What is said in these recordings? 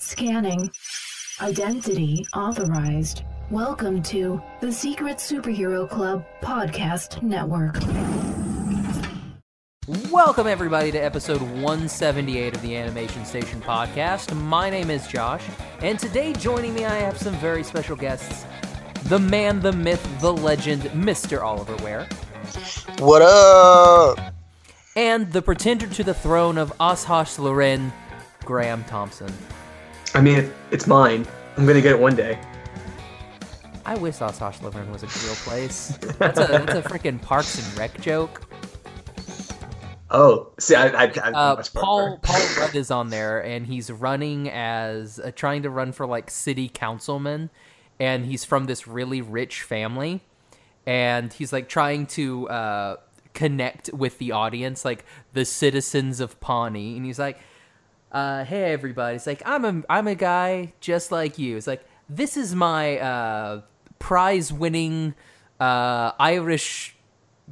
Scanning. Identity authorized. Welcome to the Secret Superhero Club Podcast Network. Welcome, everybody, to episode 178 of the Animation Station podcast. My name is Josh, and today joining me, I have some very special guests the man, the myth, the legend, Mr. Oliver Ware, What up? and the pretender to the throne of Oshosh Loren, Graham Thompson. I mean, it, it's mine. I'm gonna get it one day. I wish Oshosh Loren was a real place. That's a, that's a freaking Parks and Rec joke. Oh, see, I, I, I Uh, much Paul prefer. Paul Rudd is on there, and he's running as uh, trying to run for like city councilman, and he's from this really rich family, and he's like trying to uh, connect with the audience, like the citizens of Pawnee, and he's like, uh, "Hey everybody!" It's like I'm a I'm a guy just like you. It's like this is my uh, prize winning uh, Irish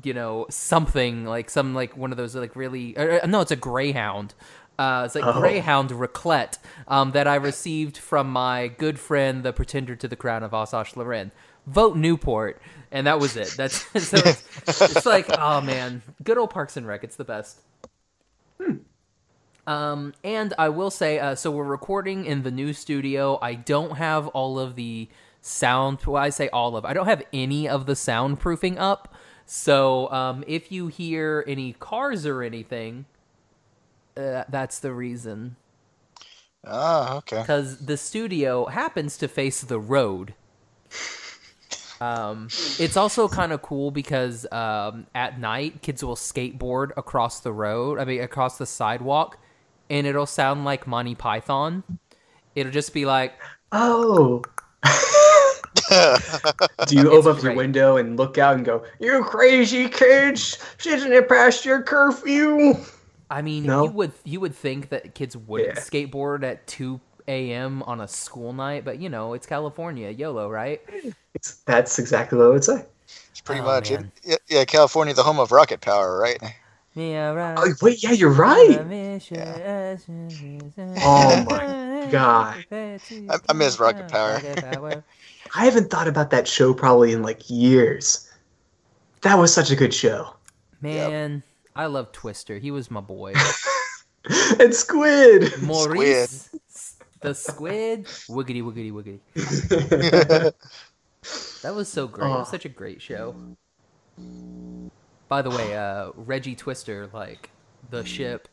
you know something like some like one of those like really or, or- no it's a greyhound uh, it's like greyhound raclette um, that i received from my good friend the pretender to the crown of osage lorraine vote newport and that was it that's so it's, it's like oh man good old parks and rec it's the best um, and I will say, uh, so we're recording in the new studio. I don't have all of the sound. Well, I say all of. I don't have any of the soundproofing up. So um, if you hear any cars or anything, uh, that's the reason. Ah, okay. Because the studio happens to face the road. Um, it's also kind of cool because um, at night kids will skateboard across the road. I mean, across the sidewalk, and it'll sound like Monty Python. It'll just be like, Oh. Do you It's open up your great. window and look out and go, "You crazy kids! Shouldn't it past your curfew?" I mean, No. you would you would think that kids wouldn't Yeah. skateboard at two a.m. on a school night, but you know, it's California, YOLO, right? It's, that's exactly what I would say. It's pretty Oh, much it. man. Yeah, yeah, California, the home of rocket power, right? Yeah, right. Oh, wait, yeah, you're Uh-huh. right. Oh my God. I, I miss Rocket Power. I haven't thought about that show probably in like years. That was such a good show. Man, I love Twister. He was my boy. and Squid. Maurice, s- the squid, wiggity wiggity wiggity. That was so great. It was Aw. such a great show. By the way, uh, Reggie Twister, like the ship,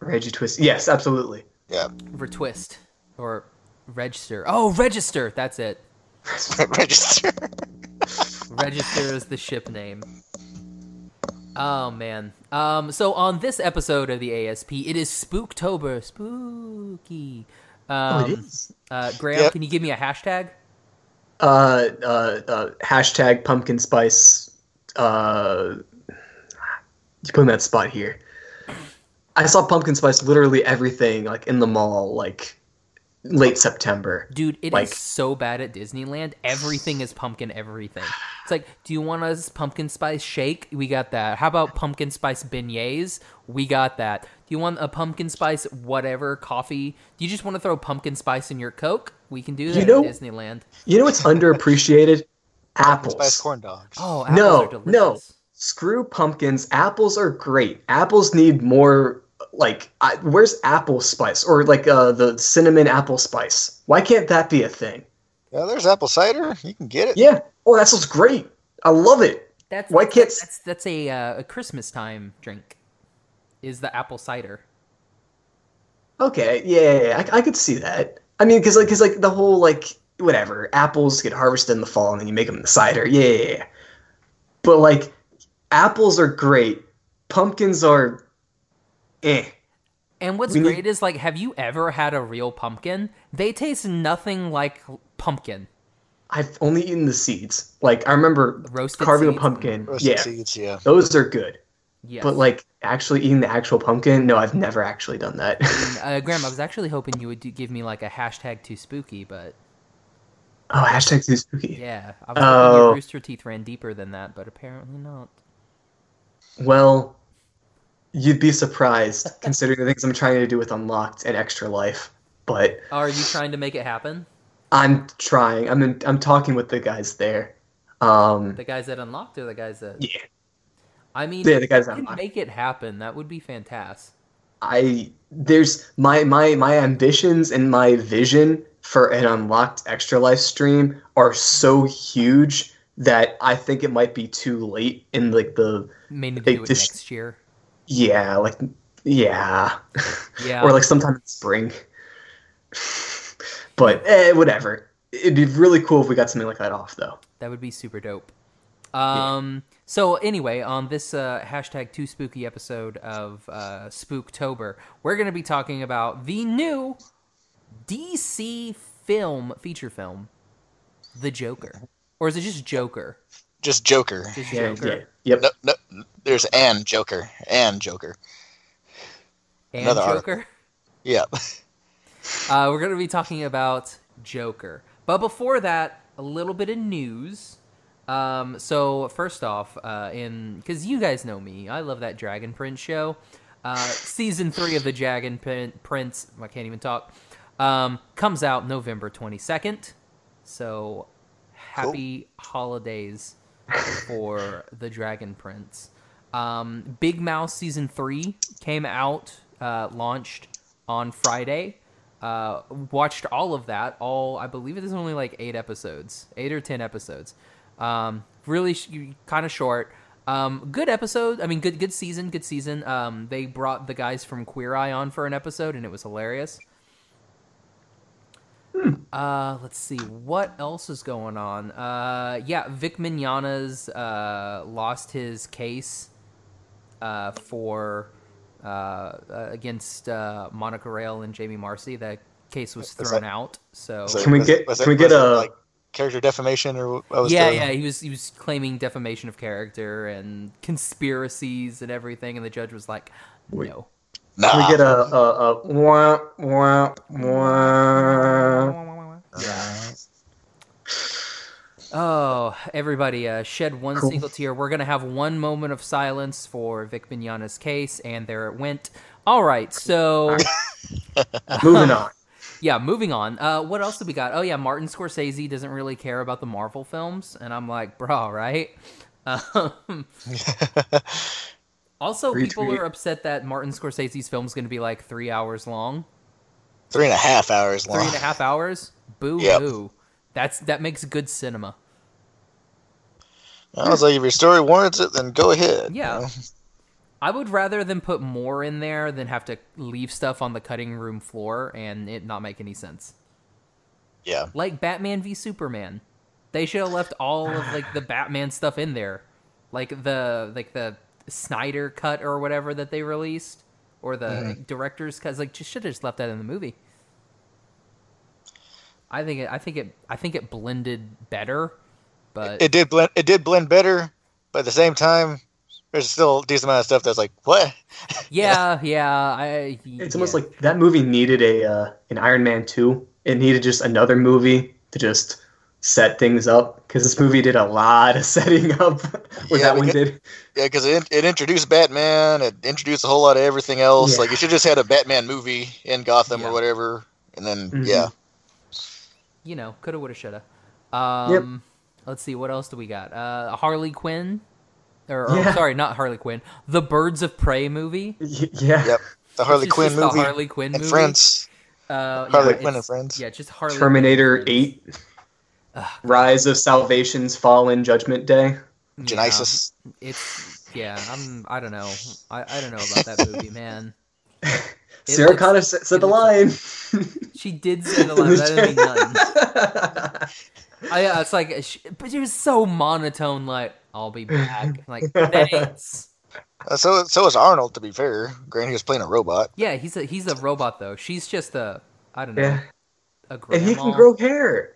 Reggie Twist. Yes, absolutely. Yeah. retwist or register. Oh, register. That's it. Register. Register is the ship name. Oh man. Um. So on this episode of the ASP, it is Spooktober. Spooky. Um, Oh, it is. Uh, Graham, Yep. can you give me a hashtag? uh, uh, uh, hashtag pumpkin spice. Uh, you put in that spot here. I saw pumpkin spice literally everything like in the mall like late September. Dude, It is Like- so bad at Disneyland. Everything is pumpkin everything. It's like, do you want us pumpkin spice shake? We got that. How about pumpkin spice beignets? We got that. Do you want a pumpkin spice whatever coffee? Do you just want to throw pumpkin spice in your Coke? We can do that know- at Disneyland. You know what's underappreciated? Spice Apples. corn dogs. Oh, apples No, are delicious. no. Screw pumpkins. Apples are great. Apples need more. Like, I, where's apple spice or like uh, the cinnamon apple spice? Why can't that be a thing? Yeah, there's apple cider. You can get it. Yeah. Oh, that sounds great. I love it. That's Why that's, can't- that's that's a uh, a Christmas time drink. Is the apple cider? Okay, yeah, yeah, yeah, I, I could see that. I mean, because like, cause, like the whole like whatever apples get harvested in the fall and then you make them the cider. Yeah, yeah, yeah. But like, apples are great. Pumpkins are, eh. And what's We need- great is like, have you ever had a real pumpkin? They taste nothing like pumpkin I've only eaten the seeds. Like I remember roasted. carving seeds. a pumpkin. Roasted Yeah, seeds, yeah. those are good. Yes. But like actually eating the actual pumpkin, no, I've never actually done that. uh, Graham, I was actually hoping you would do- give me like a hashtag too spooky, but oh, hashtag too spooky. yeah, I was hoping your Oh. rooster teeth ran deeper than that, but apparently not. Well, you'd be surprised considering the things I'm trying to do with Unlocked and Extra Life. but Are you trying to make it happen? I'm trying. I'm in, I'm talking with the guys there. Um, The guys that unlocked or the guys that yeah, uh, I mean Yeah, if the guys you that can unlocked. make it happen, that would be fantastic. I there's my my my ambitions and my vision for an unlocked extra life stream are so huge that I think it might be too late in like the Maybe They do it just- next year. yeah like yeah Yeah. or like sometime in spring. but eh, whatever. It'd be really cool if we got something like that off though. That would be super dope. Um. So anyway, on this uh, hashtag too spooky episode of uh, Spooktober, we're going to be talking about the new DC film feature film, The Joker, or is it just Joker? Just Joker. Just Yeah, Joker. yeah. Yep. No, no, there's and Joker and Joker. And Another Joker. Yeah. Uh, we're going to be talking about Joker. But before that, a little bit of news. Um, so first off, uh, in because you guys know me, I love that Dragon Prince show. Uh, season three of the Dragon Prin- Prince, I can't even talk, um, comes out November twenty second. So happy holidays for the Dragon Prince. Um, Big Mouse season three came out, uh, launched on Friday. Uh, watched all of that. All I believe it is only like eight episodes, eight or ten episodes. Um, really sh- kind of short. Um, good episode. I mean, good good season. Good season. Um, they brought the guys from Queer Eye on for an episode, and it was hilarious. Uh, let's see what else is going on. Uh, yeah, Vic Mignogna's uh lost his case, uh, for uh, uh against uh Monica Rail and Jamie Marcy. That case was Was thrown that- out. So So Can we was- get- was can it- we get was it, a- like character defamation or what was yeah, the- yeah, he was he was claiming defamation of character and conspiracies and everything, and the judge was like, Wait. no. Nah. Can we get a a, a wah, wah, wah. Oh, everybody, uh, shed one Cool. single tear. We're going to have one moment of silence for Vic Mignogna's case, and there it went. All right, so Moving on. yeah, moving on. Uh, what else do we got? Oh, yeah, Martin Scorsese doesn't really care about the Marvel films, and I'm like, bro, right? Um, also, people Retweet. are upset that Martin Scorsese's film is going to be like three hours long. Three and a half hours long. three and a half hours. Boo Yep. hoo. That's that makes good cinema. I was like, if your story warrants it, then go ahead. Yeah. Uh, you know? I would rather them put more in there than have to leave stuff on the cutting room floor and it not make any sense. Yeah. Like Batman v Superman. They should have left all of like the Batman stuff in there. Like the like the Snyder cut or whatever that they released or the Mm-hmm. director's cut like just should have just left that in the movie. I think it, I think it I think it blended better, but It did blend. It did blend better, but at the same time, there's still a decent amount of stuff that's like, what? Yeah, yeah. I, It's almost yeah. like that movie needed a uh, an Iron Man two. It needed just another movie to just set things up because this movie did a lot of setting up. what Yeah, that we one get- did. Yeah, because it, it introduced Batman. It introduced a whole lot of everything else. Yeah. Like, you should just had a Batman movie in Gotham Yeah. or whatever, and then Mhm. yeah, you know, coulda, woulda, shoulda. Um, Let's see, what else do we got? Uh, Harley Quinn, or, or Yeah. sorry, not Harley Quinn. The Birds of Prey movie. Y- yeah. Yep. the It's Harley just Quinn the movie Harley Quinn and movie. Friends. Uh, Harley yeah, Quinn and it's- Friends. Yeah, just Harley. Quinn and Terminator Friends. eight. Rise of Salvation's Fallen Judgment Day. Yeah, Genesis. it's yeah. I'm. I don't know. I, I don't know about that movie, man. It Sarah looks- Connor said, said it the line. She did say the line. but I didn't mean nothing. That's I, uh, it's like, sh- but she was so monotone. Like, I'll be back. Like, thanks. Uh, so so is Arnold. To be fair, granted he was playing a robot. Yeah, he's a he's a robot though. She's just a I don't know Yeah. a grandma. And he can grow hair.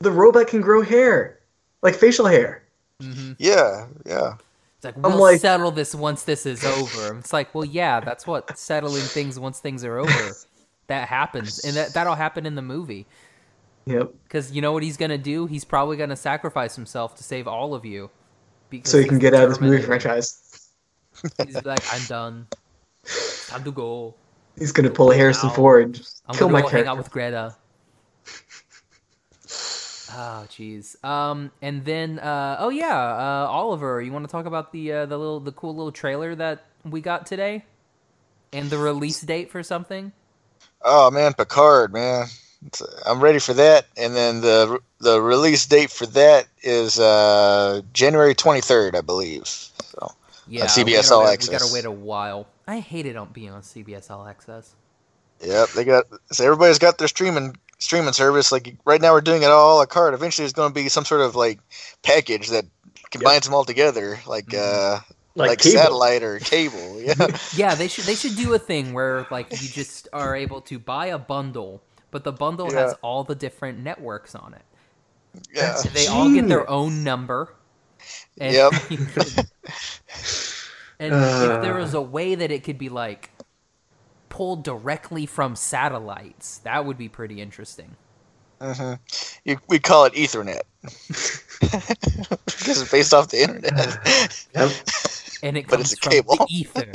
The robot can grow hair, like facial hair. Mhm. Yeah, yeah. It's like we'll like- settle this once this is over. It's like, well, yeah, that's what settling things once things are over. That happens, and that that'll happen in the movie. Yep. Because you know what he's gonna do? He's probably gonna sacrifice himself to save all of you. Because So he can he's get out of this movie Terminator. franchise. He's like, I'm done. Time to go. He's gonna pull a Harrison Wow. Ford. and just I'm kill gonna my go character. hang out with Greta. Oh jeez. Um, and then uh, oh yeah, uh, Oliver, you want to talk about the uh, the little the cool little trailer that we got today, and the release date for something? Oh man, Picard, man, It's- I'm ready for that. And then the the release date for that is uh, January 23rd, I believe. So Yeah, CBS we gotta All wait- We Access. gotta wait a while. I hate it on being on CBS All Access. yep, they got so everybody's got their streaming streaming service. Like right now, we're doing it all a la carte. Eventually, there's going to be some sort of like package that combines them all together, like uh, like, like, cable. satellite or cable. Yeah, Yeah, they should they should do a thing where like you just are able to buy a bundle, but the bundle has Yeah. all the different networks on it. yeah. They all get their own number. Yep. Uh. you could- and if there was a way that it could be like pulled directly from satellites, that would be pretty interesting. hmm You, we call it Ethernet because it's based off the internet. Yep. And it But comes it's a from the cable. ether.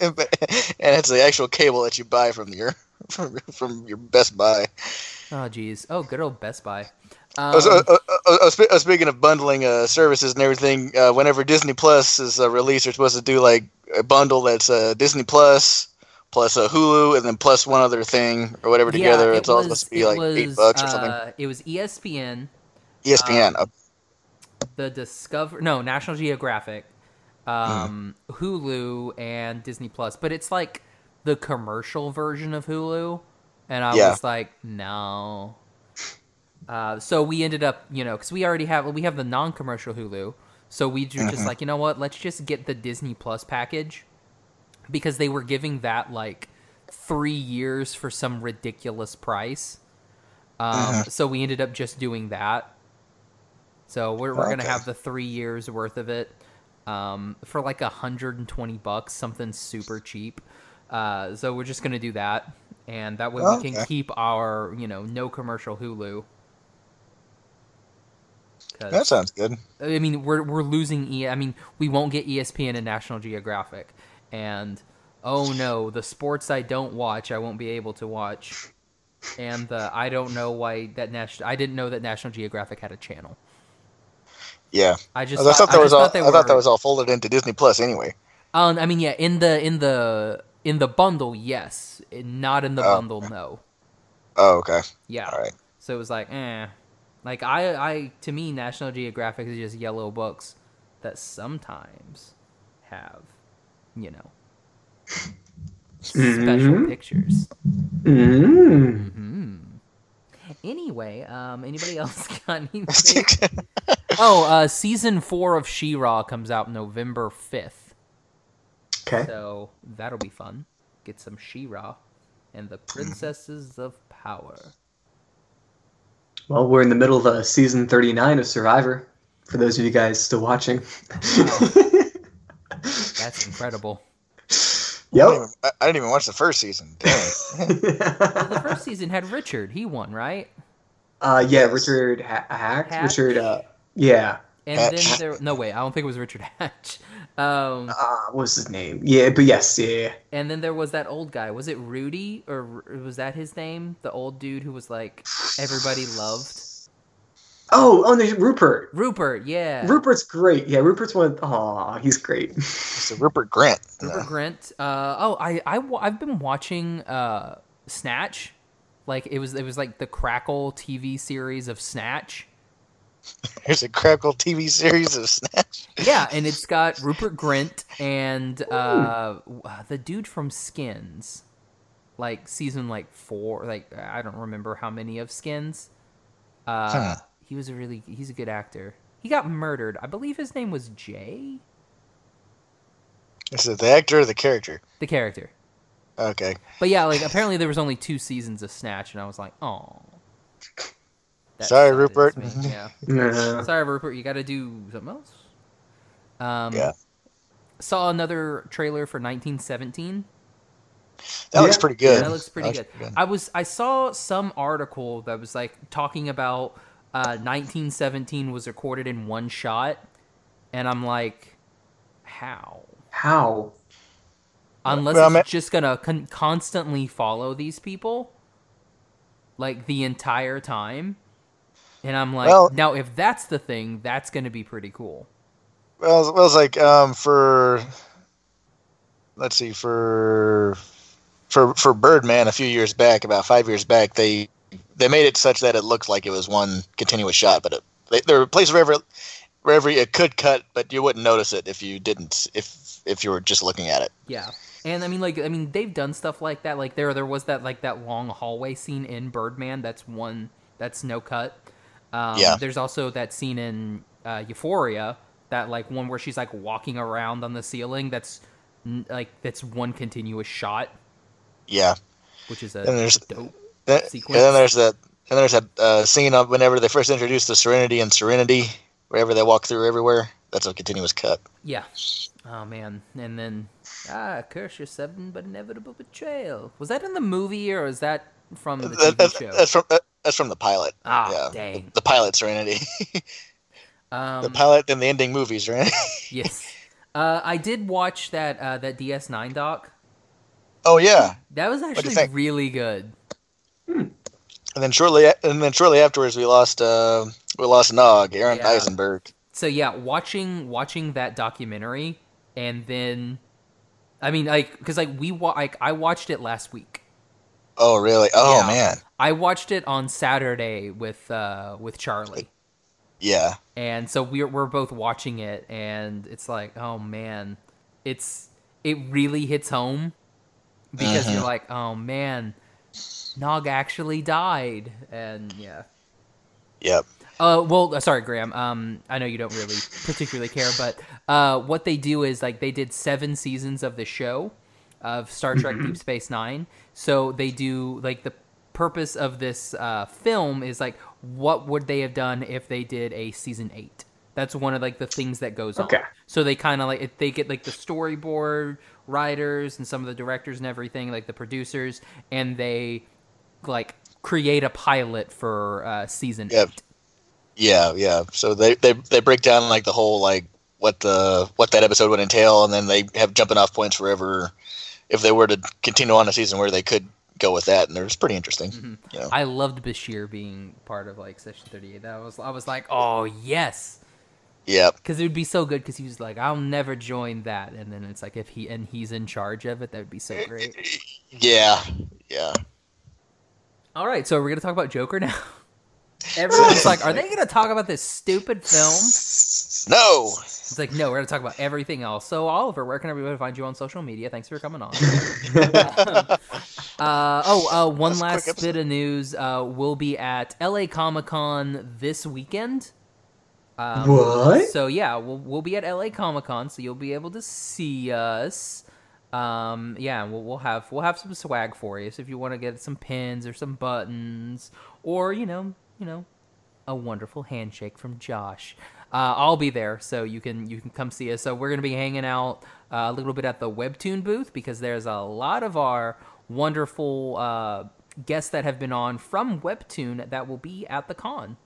and it's the actual cable that you buy from your from, from your Best Buy. Oh, Oh geez. Oh, good old Best Buy. I was- Um, I- I- I was spe- I was speaking of bundling uh, services and everything, uh, whenever Disney Plus is uh, released, they're supposed to do like a bundle that's uh, Disney Plus plus uh, Hulu and then plus one other thing or whatever together. yeah, it's all was- supposed to be it like was, eight bucks or something. uh, it was ESPN, ESPN. uh, the Discover, no National Geographic, um, Hulu, and Disney Plus. But it's like the commercial version of Hulu, and I Yeah. was like, no. Uh, so we ended up, you know, because we already have we have the non-commercial Hulu, so we ju- just like, you know what? Let's just get the Disney Plus package because they were giving that like three years for some ridiculous price. Um, Uh-huh. So we ended up just doing that. So we're, we're gonna Okay. have the three years worth of it um, for like a hundred and twenty bucks, something super cheap. Uh, so we're just gonna do that, and that way we can Okay. keep our you know no commercial Hulu. 'Cause- that sounds good. I mean, we're we're losing. E- I mean, we won't get ESPN and National Geographic, and oh no, the sports I don't watch, I won't be able to watch, and the I don't know why that national. I didn't know that National Geographic had a channel. Yeah, Oh, I just I thought that I was just all. Thought they I thought that were- was all folded into Disney Plus anyway. Um, I mean, yeah, in the in the in the bundle, yes, not in the Oh, bundle, no. Oh, okay. Yeah. All right. So it was like, eh. Like I, I to me, National Geographic is just yellow books that sometimes have, you know, special Mhm. pictures. Mm. Hmm. Anyway, um, anybody else got anything? oh, uh, season four of She-Ra comes out November fifth, Okay. so that'll be fun. Get some She-Ra and the Princesses of Power. Well, we're in the middle of uh, season 39 of Survivor. For those of you guys still watching. That's incredible. I didn't yep. even- I, I didn't even watch the first season. Dang. The first season had Richard. He won, right? uh, yeah, Richard ha- Hack. Hatch? Richard. Uh, yeah. And then Hatch. there, no wait, I don't think it was Richard Hatch. Um, Uh, what was his name? Yeah, but yes, yeah. yeah. and then there was that old guy. Was it Rudy or R- was that his name? The old dude who was like everybody loved. Oh, oh, there's Rupert. Rupert, yeah. Rupert's great. Yeah, Rupert's one. Aw, he's great. It's a Rupert Grant. Rupert Grint. Uh, oh, I, I wa- I've been watching uh, Snatch. Like it was it was like the Crackle TV series of Snatch. There's a crackle TV series of Snatch. Yeah, and it's got Rupert Grint and uh, w- uh, the dude from Skins, like season like four. Like I don't remember how many of Skins. Uh, Huh. He was a really he's a good actor. He got murdered. I believe his name was Jay, Is it the actor or the character? the character. Okay. But yeah, like apparently there was only two seasons of Snatch, and I was like, oh. Sorry, Rupert. Yeah. Uh, Sorry, Rupert, you got to do something else. Um, Yeah. Saw another trailer for 1917. That looks Yeah. pretty good. That looks pretty good. I was I saw some article that was like talking about uh, 1917 was recorded in one shot, and I'm like, how? how? unless Well, it's ma- just gonna con- constantly follow these people like the entire time and i'm like Well- now if that's the thing that's gonna be pretty cool Well, I was, I was like, um, for let's see, for for for Birdman a few years back, about five years back, they they made it such that it looked like it was one continuous shot, but it, they, there were places wherever wherever it could cut, but you wouldn't notice it if you didn't if if you were just looking at it. yeah and i mean like i mean they've done stuff like that like there there was that like that long hallway scene in birdman that's one that's no cut um, Yeah. there's also that scene in uh, euphoria that like one where she's like walking around on the ceiling that's n- like that's one continuous shot Yeah, which is and a there's dope and sequence. then there's that and there's that uh, scene of whenever they first introduced the Serenity and Serenity, wherever they walk through everywhere, that's a continuous cut. Yeah. Oh man. And then ah, curse your sudden but inevitable betrayal. Was that in the movie or is that from the That- TV that's, show? that's from that- that's from the pilot. Ah, yeah. dang. The, the pilot Serenity. the Um, pilot and the ending movies, right? yes. Uh, I did watch that uh, that DS9 doc. oh yeah. That was you actually think? really good. And then shortly a- and then shortly afterwards we lost uh we lost Nog, Aaron Yeah. Eisenberg. So yeah, watching watching that documentary and then I mean like cuz like we wa- like I watched it last week. Oh really? Oh Yeah. man. I watched it on Saturday with uh with Charlie. Yeah. and so we're we're both watching it, and it's like, oh man, it's it really hits home because Uh-huh. you're like, oh man, Nog actually died, and yeah. Yep. Uh, well, uh, sorry, Graham. Um, I know you don't really particularly care, but uh, what they do is like they did seven seasons of the show of Star Trek Deep Space Nine. So they do like the purpose of this uh, film is like what would they have done if they did a season eight? That's one of like the things that goes Okay. on. So they kind of like it- they get like the storyboard writers and some of the directors and everything, like the producers, and they like create a pilot for uh, season Yep. eight. Yeah, yeah. So they, they they break down like the whole like what the what that episode would entail and then they have jumping off points wherever if they were to continue on a season where they could go with that and it was pretty interesting. Mm-hmm. You know. I loved Bashir being part of like Session Thirty Eight. That was I was like, oh yes, Yeah. because it would be so good. Because he was like, I'll never join that, and then it's like if he and he's in charge of it, that would be so great. Yeah. Yeah. All right, so we're gonna talk about Joker now. Everyone's like, are they gonna talk about this stupid film? No. It's like, no, we're gonna talk about everything else. So Oliver, where can everybody find you on social media? Thanks for coming on. Uh, oh, uh, one That's a quick last episode. bit of news. Uh, we'll be at LA Comic Con this weekend. Um, What? So yeah, we'll we'll be at LA Comic Con, so you'll be able to see us. Um, yeah, and we'll we'll have we'll have some swag for you. So if you want to get some pins or some buttons, or you know, you know, a wonderful handshake from Josh. Uh, I'll be there, so you can you can come see us. So we're gonna be hanging out uh, a little bit at the Webtoon booth because there's a lot of our wonderful uh, guests that have been on from Webtoon that will be at the con,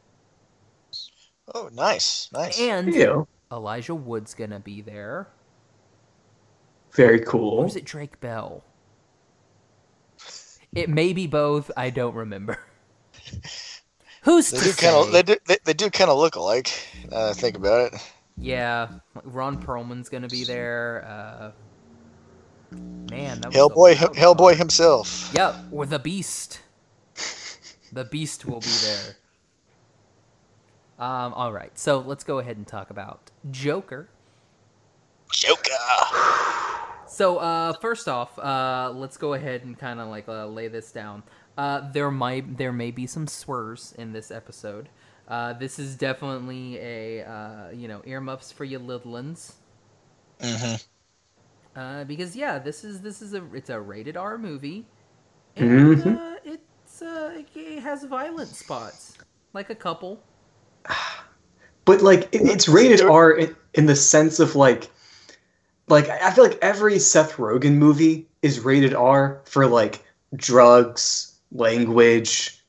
Oh, nice, nice. and Ew. Elijah Wood's gonna be there. Very Or cool. is it Drake Bell? It may be both. I don't remember. Who's they to do kind of say? they do they, they do kind of look alike. Now that I think about it. Yeah, Ron Perlman's gonna be there. Uh, man, that was a Hellboy, loud Hellboy card. himself. Yep, or the Beast. the Beast will be there. Um, all right, so let's go ahead and talk about Joker. Joker. So, uh, first off, uh, let's go ahead and kind of like uh, lay this down. Uh, there might there may be some swerves in this episode. Uh, this is definitely a uh, you know earmuffs for you little uns. hmm Uh, because yeah, this is this is a it's a rated R movie, and Mhm. uh, it's uh, it, it has violent spots, like a couple. But like, it, it's rated R in, in the sense of like, like I I feel like every Seth Rogen movie is rated R for like drugs, language,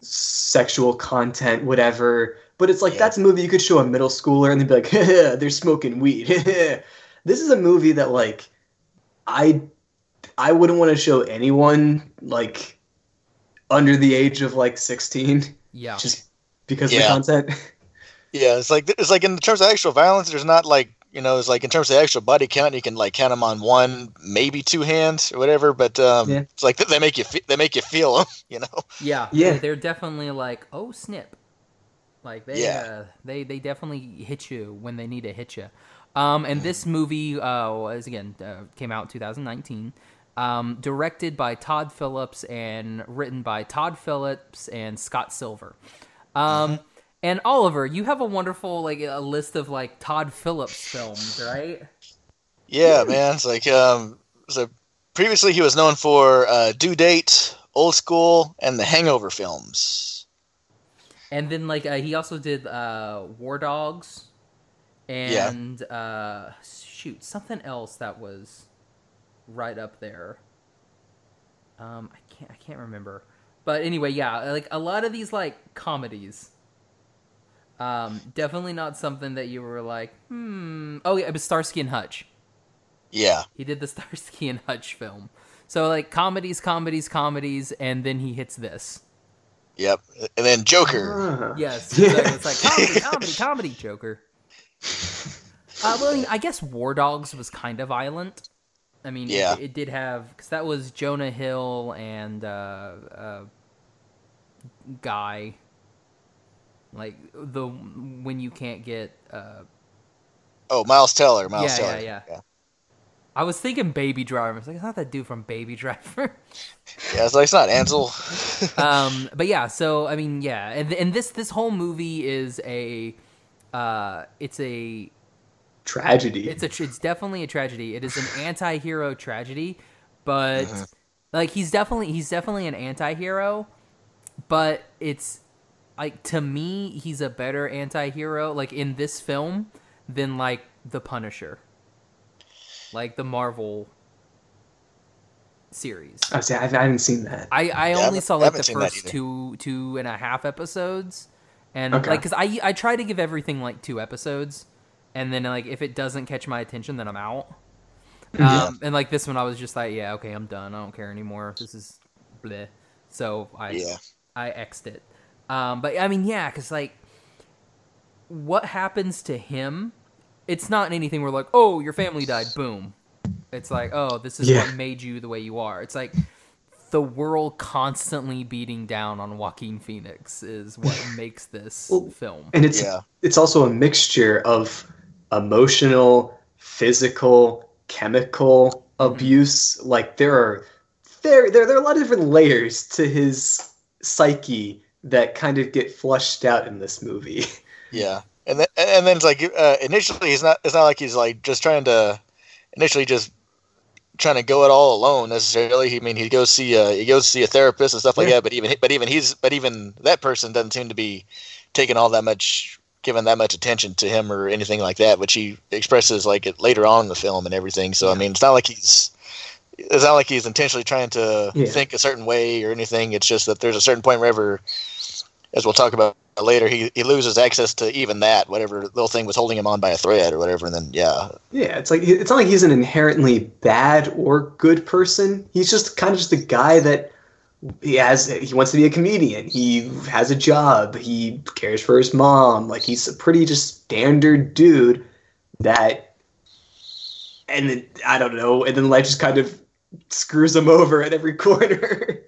sexual content, whatever. But it's like Yeah. that's a movie you could show a middle schooler and they'd be like, they're smoking weed. this is a movie that like, I I wouldn't want to show anyone like under the age of like 16 Yeah. just because Yeah. of the content. Yeah, it's like it's like in terms of actual violence, there's not like you know, it's like in terms of actual body count, you can like count them on one, maybe two hands or whatever. But um, Yeah. it's like they make you fe- they make you feel them, you know. Yeah, Yeah. They're, they're definitely like, oh snip, like they Yeah. uh, they they definitely hit you when they need to hit you. Um, and this movie uh, was again uh, came out in 2019, um, directed by Todd Phillips and written by Todd Phillips and Scott Silver. Um, and Oliver, you have a wonderful like a list of like Todd Phillips films, right? Yeah, man. It's like um, so previously he was known for uh, Due Date, Old School, and the Hangover films. And then like uh, he also did uh, War Dogs, Yeah. and uh, shoot something else that was right up there. Um, I can't I can't remember, but anyway, yeah, like a lot of these like comedies. Um, definitely not something that you were like, hmm. Oh yeah, it was Starsky and Hutch. Yeah, He did the Starsky and Hutch film. So like comedies, comedies, comedies, and then he hits this. yep. And then Joker. Ah. Yes, Yeah. exactly. it's like comedy, comedy, comedy, Joker. Uh, well, I guess War Dogs was kind of violent. I mean, it- Yeah. it, did have because that was Jonah Hill and uh, uh, guy, like the when you can't get. Uh, Oh, Miles Teller. Miles Yeah, yeah, Teller. yeah. yeah. I was thinking Baby Driver. I was like, it's not that dude from Baby Driver. Yeah, it's like it's not Ansel. um, but yeah, so I mean, yeah, and, and this this whole movie is a, uh, it's a Tragedy. It's a tr- it's definitely a tragedy. It is an anti-hero tragedy, but like he's definitely he's definitely an anti-hero, but it's like to me he's a better anti-hero like in this film than like the Punisher. Like the Marvel series. I see, I, I haven't seen that. I, I Yeah, I only haven't- saw I like haven't the seen that first either. two two and a half episodes, and Okay. like because I I try to give everything like two episodes, and then like if it doesn't catch my attention, then I'm out. Um, and like this one, I was just like, yeah, okay, I'm done. I don't care anymore. This is bleh. So I Yeah. I xed it. Um, but I mean, yeah, because like what happens to him, it's not anything where like, oh, your family died, boom. It's like, oh, this is Yeah. what made you the way you are. It's like the world constantly beating down on Joaquin Phoenix is what makes this Well, film. and it's Yeah. it's also a mixture of emotional, physical, chemical abuse. Like there are there there there are a lot of different layers to his psyche that kind of get flushed out in this movie. Yeah, and then and then it's like uh, initially he's not. It's not like he's like just trying to initially just trying to go it all alone necessarily. He I mean he goes see uh, he goes see a therapist and stuff like Yeah. that. But even but even he's but even that person doesn't seem to be taking all that much giving that much attention to him or anything like that, which he expresses like it later on in the film and everything. So I mean it's not like he's. It's not like he's intentionally trying to Yeah. think a certain way or anything. It's just that there's a certain point wherever as we'll talk about later, he, he loses access to even that, whatever little thing was holding him on by a thread or whatever. And then, yeah, Yeah, it's like it's not like he's an inherently bad or good person. He's just kind of just a guy that he has he wants to be a comedian. He has a job. He cares for his mom. Like he's a pretty just standard dude that and then I don't know, and then life just kind of screws him over at every corner.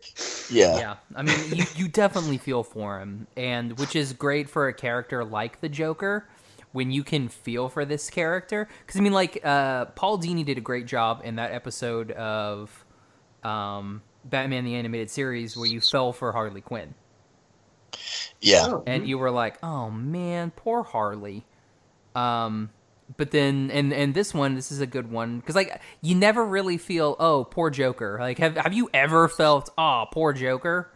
yeah, yeah i mean you, you definitely feel for him and which is great for a character like the joker when you can feel for this character because i mean like uh, paul dini did a great job in that episode of um, batman the animated series where you fell for harley quinn yeah, Mm-hmm. and you were like, "Oh man, poor Harley." Um, but then, and and this one, this is a good one because like you never really feel, "Oh, poor Joker." Like, have have you ever felt, "Ah, poor Joker"?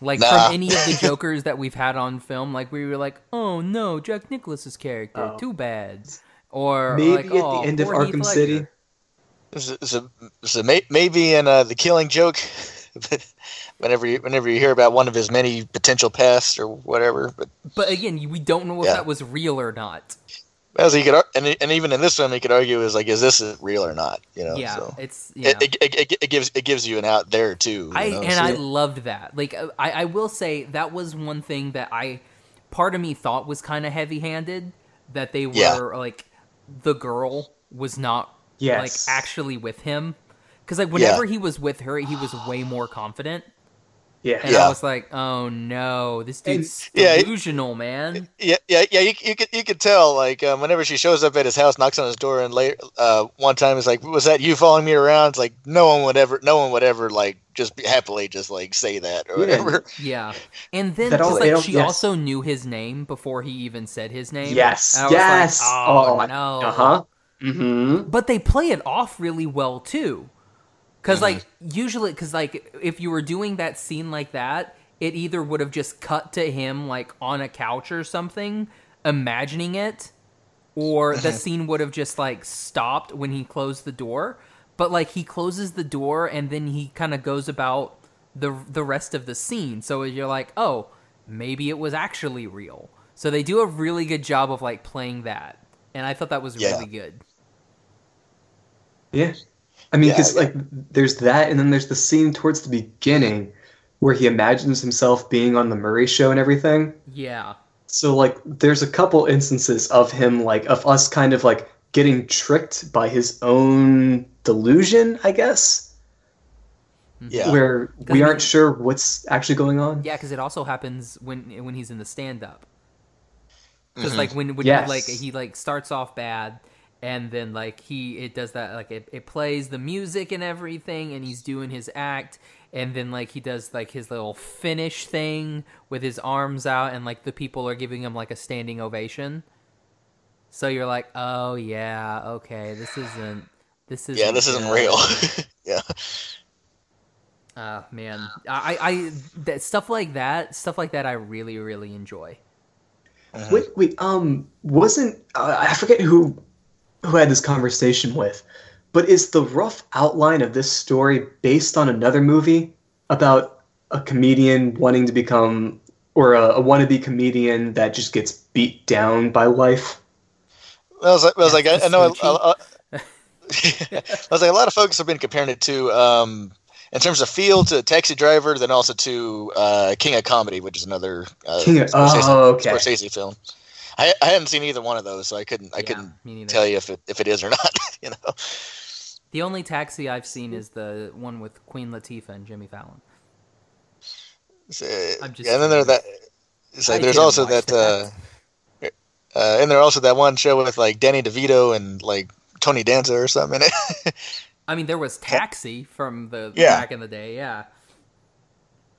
Like Nah. from any of the Jokers that we've had on film, like we were like, "Oh no, Jack Nicklaus's character, Oh. too bad." Or Maybe like, at the "Oh, end of poor Heath Arkham City." Ledger." So, so, so may, maybe in uh, the Killing Joke, whenever you, whenever you hear about one of his many potential pasts or whatever, but But again, we don't know if Yeah. that was real or not. As he could, ar- and, and even in this one, he could argue is like, is this real or not? You Oh, know, yeah, so. it's yeah. it, it, it, it, it gives it gives you an out there too. you I know, and so- I loved that. Like uh, I, I will say that was one thing that I part of me thought was kind of heavy-handed that they were Yeah. like the girl was not Yes. like actually with him because like whenever he was with her he was way more confident Yeah. and I Yeah. was like oh no this dude's yeah, it- delusional man Yeah, yeah, yeah. You, you could you could tell like um, whenever she shows up at his house, knocks on his door, and later uh, one time is like, "Was that you following me around?" It's like no one would ever, no one would ever like just be- happily just like say that or Yeah. whatever. yeah and then That just, all- it all- like she yes. also knew his name before he even said his name Yes. And I was like, Yes. oh, my- no Uh-huh. Mm-hmm. but they play it off really well too because like usually because like if you were doing that scene like that it either would have just cut to him like on a couch or something imagining it or the scene would have just like stopped when he closed the door but like he closes the door and then he kind of goes about the the rest of the scene so you're like oh maybe it was actually real so they do a really good job of like playing that and i thought that was Yeah. really good Yeah. I mean, Yeah, because yeah. like there's that, and then there's the scene towards the beginning where he imagines himself being on the Murray Show and everything. Yeah. So like there's a couple instances of him like of us kind of like getting tricked by his own delusion, I guess, Yeah, where we aren't sure what's actually going on. Yeah, because it also happens when when he's in the stand up. Because Mhm. like when when Yes. you, like he like starts off bad, and then like he it does that like it, it plays the music and everything, and he's doing his act, and then like he does like his little finish thing with his arms out, and like the people are giving him like a standing ovation. So you're like, oh yeah, okay, this isn't this is Uh-huh. yeah. This isn't real. yeah, Oh man, I, I that stuff like that, stuff like that, I really, really enjoy. Wait, Uh, wait. Um, wasn't uh, I forget who who I had this conversation with, but is the rough outline of this story based on another movie about a comedian wanting to become or a, a wannabe comedian that just gets beat down by life? I was like, I was like, I, That's I know. spooky. I, I, I was like, a lot of folks have been comparing it to, um, in terms of feel, to Taxi Driver, then also to uh, King of Comedy, which is another uh, King of- Scorsese, oh, okay. Scorsese film. I, I hadn't seen either one of those, so I couldn't. I Yeah, couldn't me neither. tell you if it if it is or not. You know. The only taxi I've seen is the one with Queen Latifah and Jimmy Fallon. So, I'm just yeah, and then there that. So I there's didn't also watch that, uh, uh, and there also that one show with like Danny DeVito and like Tony Danza or something in it. I mean, there was Taxi from the Yeah. back in the day. Yeah,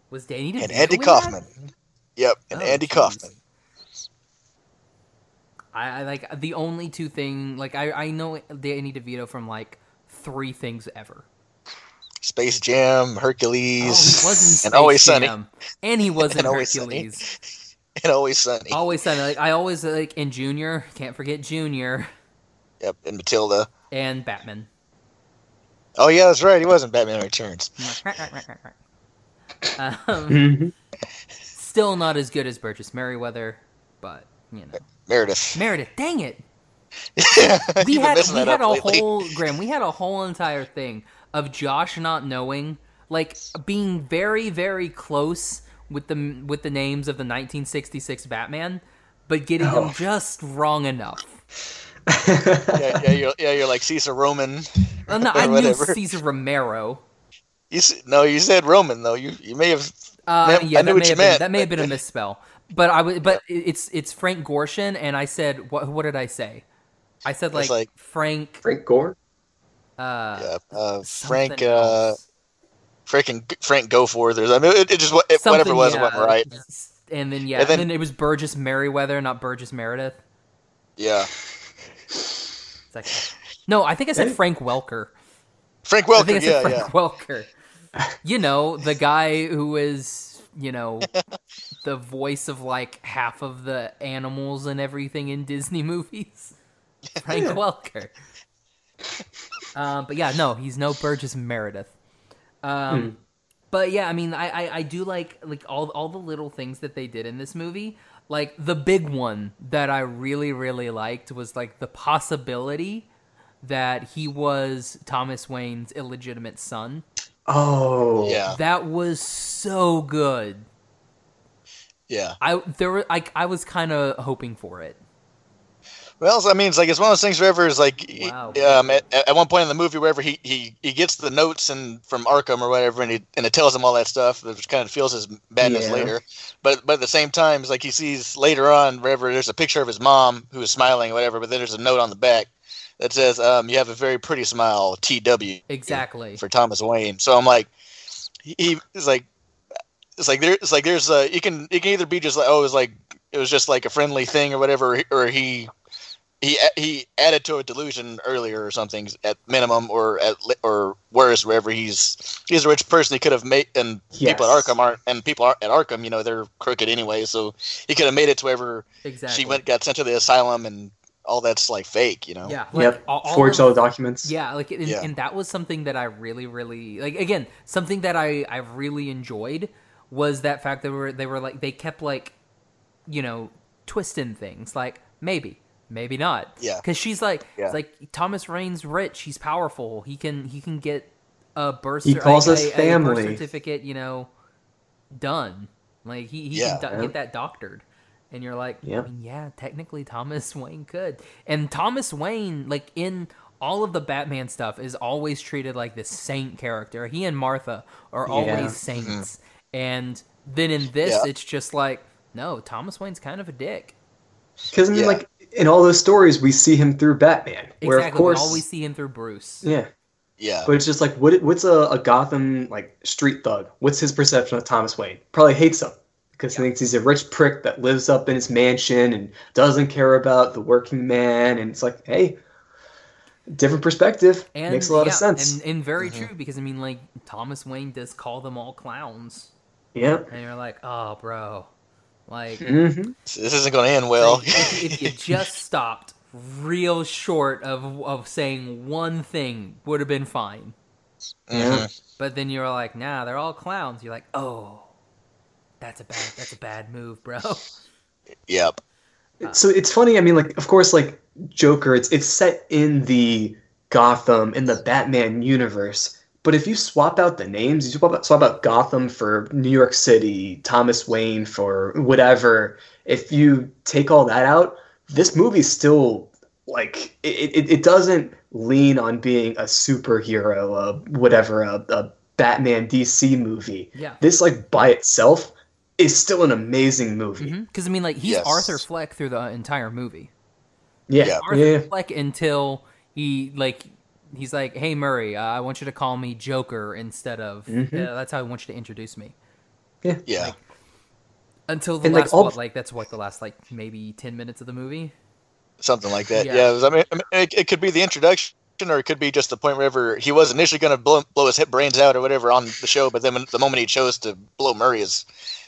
was Danny DeVito and in Andy that? Kaufman. Yep, and Oh, Andy jeez. Kaufman. I, I like the only two thing like I I know Danny DeVito from like three things ever. Space Jam, Oh, he Hercules, was in and Always Space Sunny, Jam, and he was in And Always Sunny. Hercules. and Always Sunny. Always Sunny. Like I always like in Junior. Can't forget Junior Yep, and Matilda. and Batman. Oh yeah, that's right. He was in Batman Returns. um, Mm-hmm. still not as good as Burgess Merriweather, but you know Meredith. Meredith. Dang it, You've we been had messing we that had up a lately. whole Graham. We had a whole entire thing of Josh not knowing, like being very very close with the with the names of the 1966 Batman, but getting Oh. them just wrong enough. Yeah, yeah, you're, yeah. You're like Caesar Roman. Uh, no, I knew Whatever. Caesar Romero. You s- no, you said Roman though. You you may have. Uh, Ma'am, yeah, I knew that what may have you been, meant, that may have but- been a misspell, but I would, but it's it's Frank Gorshin, and I said what what did I say? I said like, It's like- Frank, Frank Gore. uh, Yeah, uh, something Frank. Uh, else. freaking Frank Goforth or something. It, it just wa- it, whatever it Something, was it yeah. went right. and then yeah, And and then, then- it was Burgess Merriweather, not Burgess Meredith. Yeah, It's like, no, I think I said Hey. Frank Welker. Frank I think I said Welker. Yeah, Frank yeah. Welker. You know the guy who is you know the voice of like half of the animals and everything in Disney movies. Frank Welker. Uh, Um, but yeah, no, he's no Burgess Meredith. Um, But yeah, I mean, I, I, I do like like all all the little things that they did in this movie. Like the big one that I really really liked was like the possibility that he was Thomas Wayne's illegitimate son. Oh, Yeah, That was so good. yeah. I there were like I was kind of hoping for it. Well, so, I mean, it's like it's one of those things. Wherever is like, he- Wow. um, at, at one point in the movie, wherever he, he, he gets the notes and from Arkham or whatever, and he and it tells him all that stuff, which kind of feels his madness Yeah. later. But but at the same time, it's like he sees later on wherever there's a picture of his mom who is smiling or whatever, but then there's a note on the back that says, um, "You have a very pretty smile, T.W." Exactly. for Thomas Wayne. So I'm like, he, he is like, it's like there, it's like there's a you can it can either be just like oh it was like it was just like a friendly thing or whatever, or he he he added to a delusion earlier or something at minimum or at li- or worse wherever he's he's a rich person he could have made and people at Yes. Arkham aren't and people are, at Arkham you know they're crooked anyway so he could have made it to wherever Exactly. she went got sent to the asylum and all that's like fake you know Yeah. Like, yep. all- all Forged of- all the documents. Yeah, like and, Yeah. and that was something that I really, really like. Again, something that I I really enjoyed was that fact that were they were like they kept like, you know, twisting things like maybe, maybe not. Yeah. because she's like, Yeah. it's like Thomas Rain's rich. He's powerful. He can he can get a birth. He cer- calls a, us a- a birth family. certificate. You know, done. Like he he Yeah. can do- Yeah. get that doctored. And you're like, Yep. I mean, yeah, technically Thomas Wayne could. And Thomas Wayne, like in all of the Batman stuff, is always treated like this saint character. He and Martha are Yeah. Mm-hmm. always saints. And then in this, Yeah. it's just like, no, Thomas Wayne's kind of a dick. Because I mean, Yeah. like in all those stories, we see him through Batman, where Exactly. of course, we always see him through Bruce. yeah. yeah But it's just like, what, what's a, a Gotham like street thug? What's his perception of Thomas Wayne? Probably hates him because he thinks he's a rich prick that lives up in his mansion and doesn't care about the working man. And it's like, hey, different perspective And, makes a lot yeah, of sense. Mm-hmm. And, and very true, because I mean, like, Thomas Wayne does call them all clowns. yeah. And you're like, oh, bro. Like, hmm this isn't going to end well if, if you just stopped real short of of saying one thing would have been fine Mhm. but then you're like nah they're all clowns you're like oh that's a bad that's a bad move bro Yep. So it's funny. I mean, like, of course, like Joker, it's it's set in the Gotham in the Batman universe. But if you swap out the names, you swap out, swap out Gotham for New York City, Thomas Wayne for whatever. If you take all that out, this movie's still like it, it, it doesn't lean on being a superhero, uh, whatever, a, a Batman DC movie. yeah This like by itself is still an amazing movie. because Mm-hmm. i mean like he's Yes. arthur fleck through the entire movie Yeah, arthur yeah. fleck until he like he's like hey murray uh, i want you to call me joker instead of Mhm. uh, that's how i want you to introduce me Yeah. until the And, like, last all- what, like that's what the last like maybe 10 minutes of the movie Something like that. Yeah. Yeah. it was- I mean, I mean, it, it could be the introduction, or it could be just the point wherever he was initially going to blow, blow his head brains out or whatever on the show, but then when- the moment he chose to blow Murray's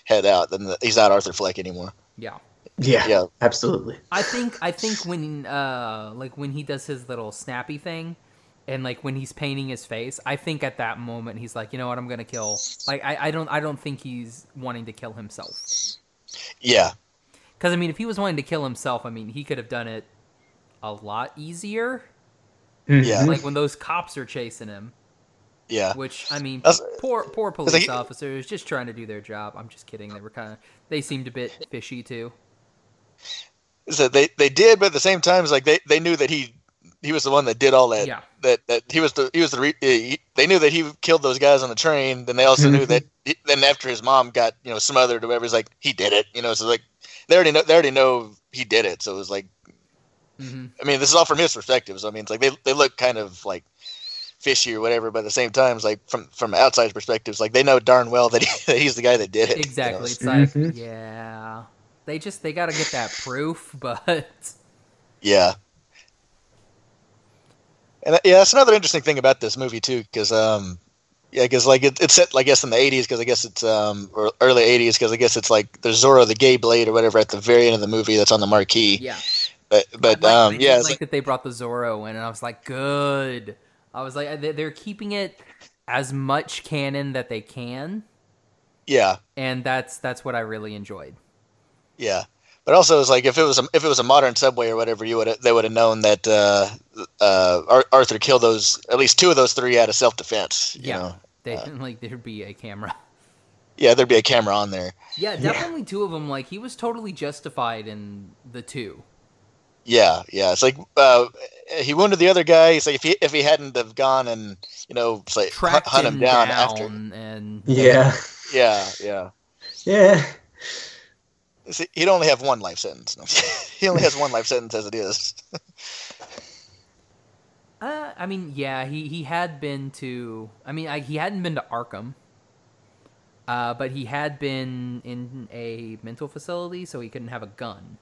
head out, then the, he's not Arthur Fleck anymore. yeah Yeah, Yeah. absolutely. I think I think when uh like when he does his little snappy thing and like when he's painting his face, I think at that moment he's like, you know what, I'm gonna kill like I, I don't I don't think he's wanting to kill himself. Yeah. Cause I mean if he was wanting to kill himself, I mean he could have done it a lot easier. Yeah. Like when those cops are chasing him. Yeah. Which I mean That's- poor poor police he- officers just trying to do their job. I'm just kidding. They were kinda they seemed a bit fishy too. So they, they did, but at the same time, it's like they, they knew that he he was the one that did all that. Yeah. That, that he was the he was the re, eh, he, they knew that he killed those guys on the train. Then they also knew Mhm. that he, then after his mom got you know smothered or whatever, it's like he did it. You know, so like they already know they already know he did it. So it was like hmm I mean, this is all from his perspective. So I mean, it's like they they look kind of like fishy or whatever, but at the same time, it's like from from outside perspectives, like they know darn well that, he, that he's the guy that did it. you know? Exactly. It's like, Mhm. yeah. They just they gotta get that proof, but Yeah. And uh, yeah, that's another interesting thing about this movie too, because um, yeah, because like it, it's set, I guess, in the '80s, because I guess it's um, or early '80s, because I guess it's like there's Zorro the Gay Blade or whatever at the very end of the movie that's on the marquee. yeah. But but Like, um, I did yeah, like, it's like, that they brought the Zorro in, and I was like, good. I was like, they- they're keeping it as much canon that they can, Yeah, and that's that's what I really enjoyed. yeah. But also, it's like if it was a, if it was a modern subway or whatever, you would they would have known that uh, uh, Ar- Arthur killed those at least two of those three out of self defense. You yeah, know, they like there'd be a camera. yeah, there'd be a camera on there. Yeah, definitely two of them. Like he was totally justified in the two. Yeah, yeah. It's like uh, he wounded the other guy. It's like if he if he hadn't have gone and you know it's like hunt, Tracked hunt him down, after. and Yeah. Yeah, yeah. Yeah. See, he'd only have one life sentence. No. he only has one life sentence as it is. uh, I mean, yeah, he he had been to. I mean, I, he hadn't been to Arkham. Uh, but he had been in a mental facility, so he couldn't have a gun.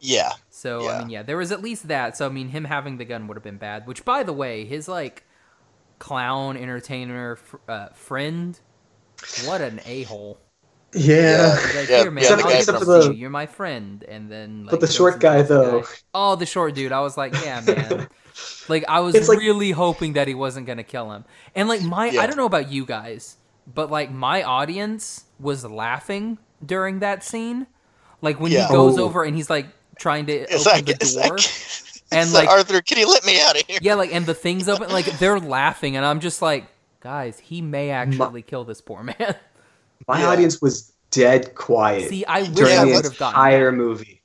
Yeah, So I Yeah. mean, yeah, there was at least that. So I mean, him having the gun would have been bad. Which, by the way, his like clown entertainer fr- uh, friend, what an a hole! Yeah. Like, Yeah, here, man, yeah, I'll the guy just from- see Except for you. the- You're my friend, and then like, the goes short and kills guy, the though. Oh, the short dude. I was like, yeah, man. like I was It's like- really hoping that he wasn't gonna kill him. And like my, Yeah. I don't know about you guys, but like my audience was laughing during that scene. Like when Yeah. he goes Oh. over and he's like trying to it's open like the it's door. like, and it's like like Arthur, can you let me out of here? yeah, like and the things open. Like they're laughing, and I'm just like, guys, he may actually kill this poor man. My Yeah. audience was dead quiet See, I wish during I Yeah, the would have gotten. entire movie.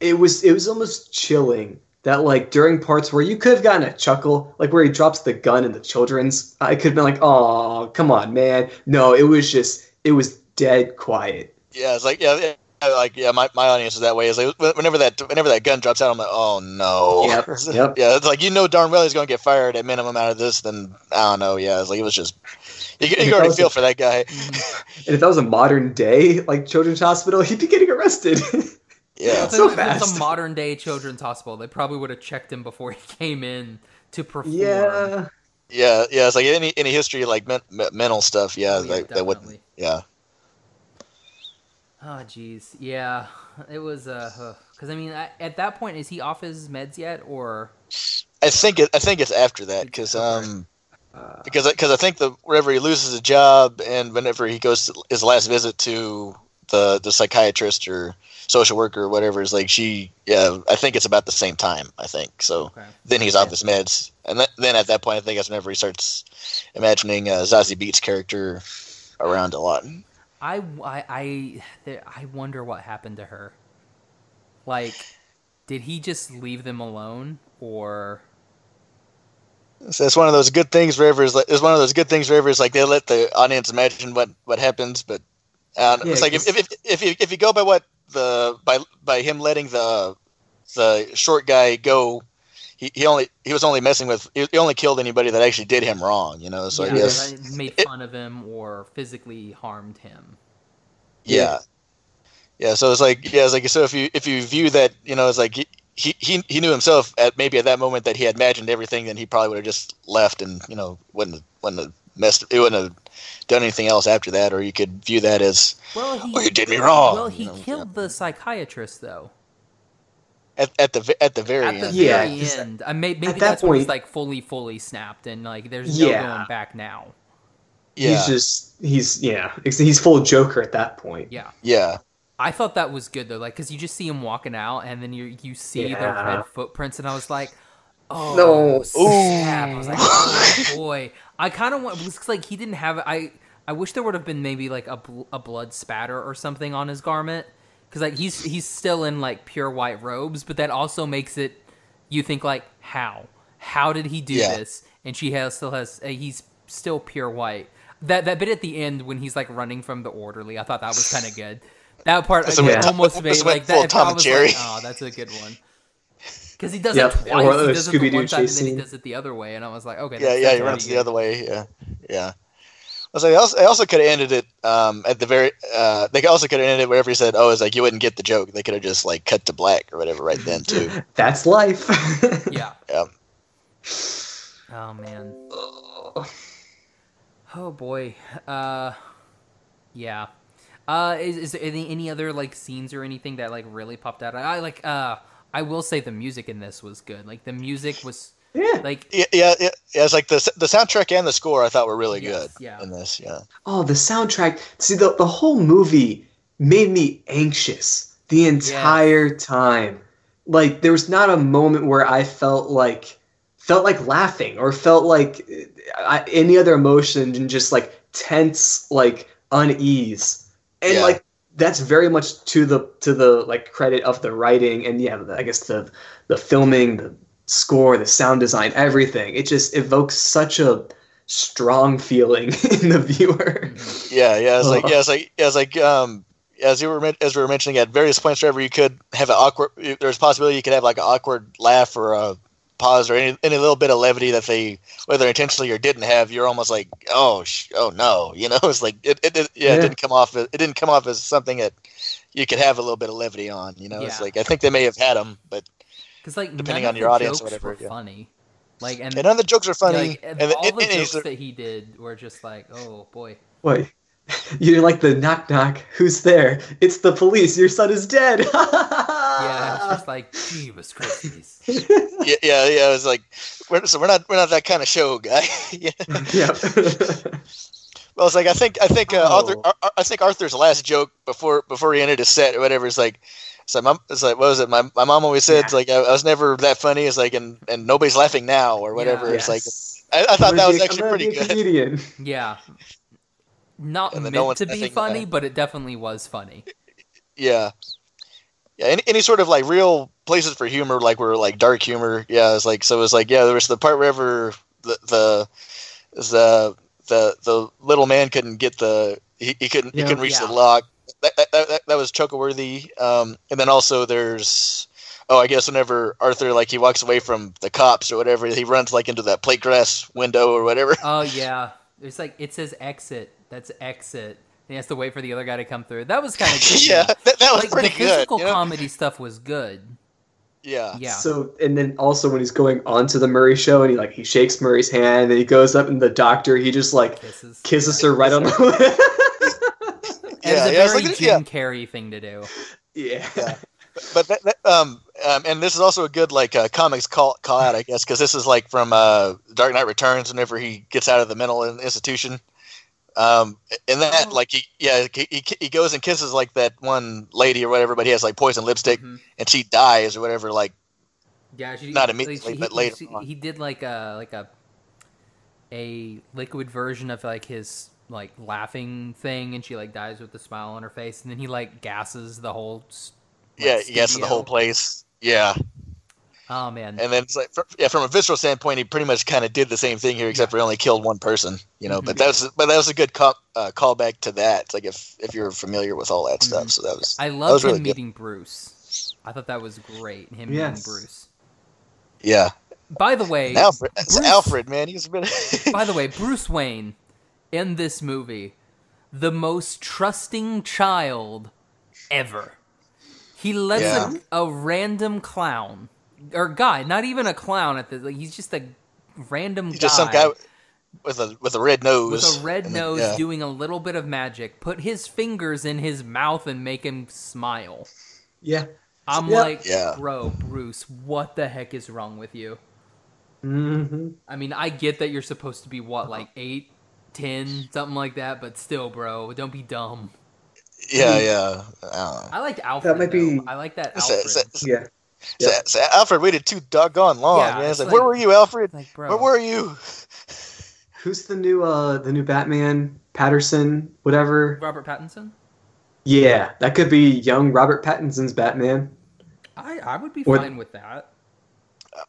It was it was almost chilling that like during parts where you could have gotten a chuckle, like where he drops the gun in the children's, I could have been like, "Oh, come on, man!" No, it was just it was dead quiet. Yeah, it's like yeah, yeah, like yeah. My, my audience is that way. It's like wh- whenever that whenever that gun drops out, I'm like, oh no. Yep, yep. Yeah, it's like you know darn well he's gonna get fired at minimum out of this. Then I don't know. Yeah, it's like it was just you, can- you can already feel for that guy. And if that was a modern day like children's hospital, he'd be getting arrested. Yeah, If it- so if it's fast. a modern day children's hospital, they probably would have checked him before he came in to perform. yeah, yeah, yeah. It's like any any history like men, me- mental stuff. Yeah, Oh, yeah, like, that wouldn't. definitely. Yeah, Oh jeez, yeah, it was uh, because I mean, I, at that point, is he off his meds yet, or I think it, I think it's after that because um Uh, because because I think the whenever he loses a job and whenever he goes to his last visit to the the psychiatrist or social worker or whatever is like she yeah I think it's about the same time I think so okay, then he's off his meds and th- then at that point I think that's whenever he starts imagining uh, Zazie Beats character around a lot I I I there- I wonder what happened to her. Like, did he just leave them alone, or so it's one of those good things wherever it's, like, it's one of those good things wherever it's like they let the audience imagine what what happens but uh, Yeah, it's like if, 'cause- if, if, if, you, if you go by what the by by him letting the the short guy go he, he only he was only messing with he he only killed anybody that actually did him wrong you know so yeah, I guess I made fun of him or physically harmed him? Yeah. Yeah, so it's like yeah, it's like so if you if you view that, you know, it's like he he, he, he knew himself at maybe at that moment that he had imagined everything, then he probably would have just left and, you know, wouldn't have- wouldn't have messed he wouldn't have done anything else after that, or you could view that as Well, he Oh you did me wrong. well you he know, killed the psychiatrist though. at, at the ve- at the very at the end. Yeah, very just- end. I may, maybe that that's when he's point- like fully, fully snapped, and like there's no Yeah. going back now. Yeah. he's just he's yeah he's full Joker at that point. Yeah, yeah. I thought that was good though, like because you just see him walking out, and then you you see Yeah. the red footprints, and I was like, oh No. snap. I was like, oh boy, I kind of want it was like he didn't have I. I wish there would have been maybe like a, bl- a blood spatter or something on his garment because like he's he's still in like pure white robes, but that also makes it you think like how how did he do Yeah. this and she has still has uh, he's still pure white that that bit at the end when he's like running from the orderly i thought that was kind of good that part That's I when- almost made that's when like full that if Tom I and was Jerry. like oh that's a good one because he does Yep, it twice he or the does it the Scooby-Doo one time and chase then he scene. does it the other way and i was like okay Yeah, that's, yeah, that's he runs the pretty other way. Yeah, yeah. I was like, I also, I also could have ended it um, at the very. Uh, they also could have ended it wherever he said, "Oh, it's like you wouldn't get the joke." They could have just like cut to black or whatever right then too. That's life. good. yeah yeah, oh man Oh boy. Uh yeah. Uh is, is there any, any other like scenes or anything that like really popped out? I, I like uh I will say the music in this was good. Like the music was Yeah. Like Yeah, yeah, yeah, yeah, it's like the the soundtrack and the score I thought were really Yes, good yeah. in this. Yeah, Oh, the soundtrack. See, the, the whole movie made me anxious the entire time. Like there was not a moment where I felt like felt like laughing or felt like uh, I, any other emotion than just like tense, like unease. And Yeah. like that's very much to the to the like credit of the writing and yeah, the, I guess the the filming, the score, the sound design, everything. It just evokes such a strong feeling in the viewer. Mm-hmm. yeah, yeah. It's like Oh. yeah, it's like yeah, it's like um. As you were men- as we were mentioning, at various points wherever you could have an awkward, there's a possibility you could have like an awkward laugh or a pause or any, any little bit of levity that they, whether intentionally or didn't have, you're almost like, oh, sh- oh no, you know, it's like it, it, it yeah, Yeah. it didn't come off, it didn't come off as something that you could have a little bit of levity on, you know, it's Yeah. like I think they may have had them, but because like Depending none on of your the audience or jokes were whatever, yeah. funny. Like and, and none of the jokes are funny, Mm. like, and, and the- all it- the it is- jokes that he did were just like, oh boy. Wait. You like the knock knock? Who's there? It's the police. Your son is dead. Yeah, it's yeah. just like Jesus Christ. yeah, yeah, yeah. It was like, we're, so we're not we're not that kind of show guy. yeah. Well, it's like I think I think uh, Arthur Oh. Ar- Ar- I think Arthur's last joke before before he ended his set or whatever is like, it's like, mom, it's like what was it? My, my mom always said it's like I, I was never that funny. It's like and and nobody's laughing now or whatever. Yeah. It's like I, I thought that was actually pretty good. Comedian. Yeah. Not And then meant no one's to be laughing funny, at but it definitely was funny. Yeah. Yeah, any, any sort of like real places for humor, like were like dark humor. Yeah, it's like so. It's like yeah, there was the part wherever the the the the, the little man couldn't get the he, he couldn't Yeah. he couldn't reach Yeah. the lock. That that, that, that was chuckle worthy. Um, and then also there's oh I guess whenever Arthur like he walks away from the cops or whatever, he runs like into that plate glass window or whatever. Oh yeah. It's like it says exit. That's exit. And he has to wait for the other guy to come through. That was kind of good. yeah, that, that was Like pretty the good. physical you know? comedy stuff was good. yeah, Yeah. Uh, So and then also when he's going on to the Murray show and he like he shakes Murray's hand and he goes up and the doctor he just like Kisses. kisses her right on the It was yeah, a yeah. it's very like- yeah. Jim Carrey thing to do. yeah. Yeah. but that, that, um, um, and this is also a good like uh, comics call, call out, I guess, because this is like from uh, Dark Knight Returns. Whenever he gets out of the mental in- institution, um, and that Oh. like he yeah he, he he goes and kisses like that one lady or whatever, but he has like poison lipstick Mhm. and she dies or whatever. Like Yeah, she, Not she- immediately, she- but he- later she- on. He did like a like a a liquid version of like his like laughing thing, and she like dies with a smile on her face, and then he like gasses the whole. s- like, yeah, he gets in the whole studio. place. Yeah, Oh man, and then it's like fr- yeah, from a visceral standpoint, he pretty much kind of did the same thing here, except for he only killed one person. You know, but that was but that was a good co- uh, callback to that. It's like if if you're familiar with all that stuff, Mhm. so that was I that loved was him really good. meeting Bruce. I thought that was great. Him meeting Yes. Bruce. yeah. By the way, Alfred, it's Bruce- Alfred, man, he's been. By the way, Bruce Wayne in this movie, the most trusting child ever. He lets Yeah. a, a random clown or guy, not even a clown at the like, he's just a random he's just some guy with a with a red nose. with a red And then- nose yeah. doing a little bit of magic, put his fingers in his mouth and make him smile. Yeah. I'm Yeah. like, Yeah. bro, Bruce, what the heck is wrong with you? Mm-hmm. I mean, I get that you're supposed to be what, like eight, ten, something like that, but still, bro, don't be dumb. yeah, yeah. I don't know. I liked Alfred. might though. be- I like that So, Alfred. so, so, Yeah. Yeah. so Alfred waited too doggone long, Yeah, man. It's it's like, like- where were you, Alfred? like, bro, Where were you? Who's the new uh the new Batman? Patterson, whatever. Robert Pattinson? Yeah, that could be young Robert Pattinson's Batman. I, I would be Or- fine with that.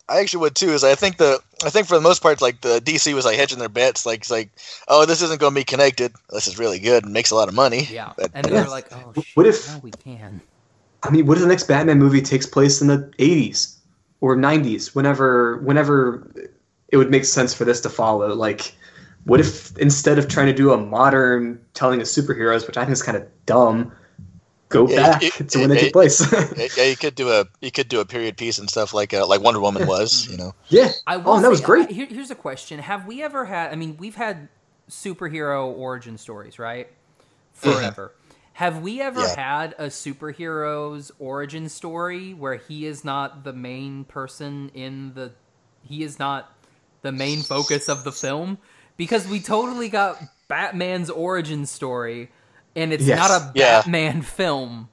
I actually would too. Is I think the I think for the most part, like the DC was like hedging their bets. Like it's like, oh, this isn't going to be connected. This is really good and makes a lot of money. Yeah. But, And then yeah. they're like, oh, shit, What if- now we can. I mean, what if the next Batman movie takes place in the '80s or '90s? Whenever, whenever it would make sense for this to follow. Like, what if instead of trying to do a modern telling of superheroes, which I think is kind of dumb, go Yeah, back it- to when it- they it- took place? Yeah, yeah, you could do a you could do a period piece and stuff like uh, like Wonder Woman was. You know, yeah. I will Oh, that was say- great. I- here, here's a question: Have we ever had? I mean, we've had superhero origin stories, right? Mm-hmm. Forever. Have we ever Yeah. had a superhero's origin story where he is not the main person in the he is not the main focus of the film because we totally got Batman's origin story, and it's Yes. not a Yeah. Batman film.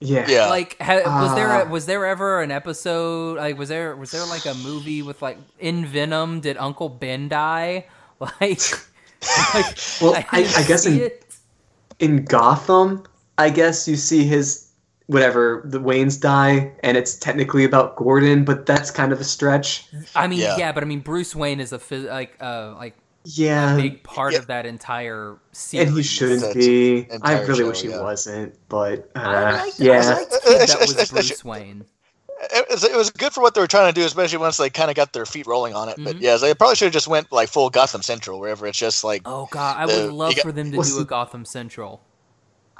Yeah. Yeah. Like, ha- was there a, Uh. was there ever an episode? Like, was there was there like a movie with like in Venom? Did Uncle Ben die? Like, like, Well, I, didn't I guess see in, it. in Gotham, I guess you see his whatever the Waynes die, and it's technically about Gordon, but that's kind of a stretch. I mean, yeah. Yeah. but I mean, Bruce Wayne is a phys- like uh like Yeah, big part yeah. of that entire series. and he shouldn't That's be. an I entire really show, wish he yeah. wasn't, but I uh, liked, I yeah, liked that that was Bruce Wayne. It was, it was good for what they were trying to do, especially once they kind of got their feet rolling on it. But Mm-hmm. yeah, they probably should have just went like full Gotham Central, wherever it's just like Oh god, I The- would love you got- for them to what's do the- a Gotham Central.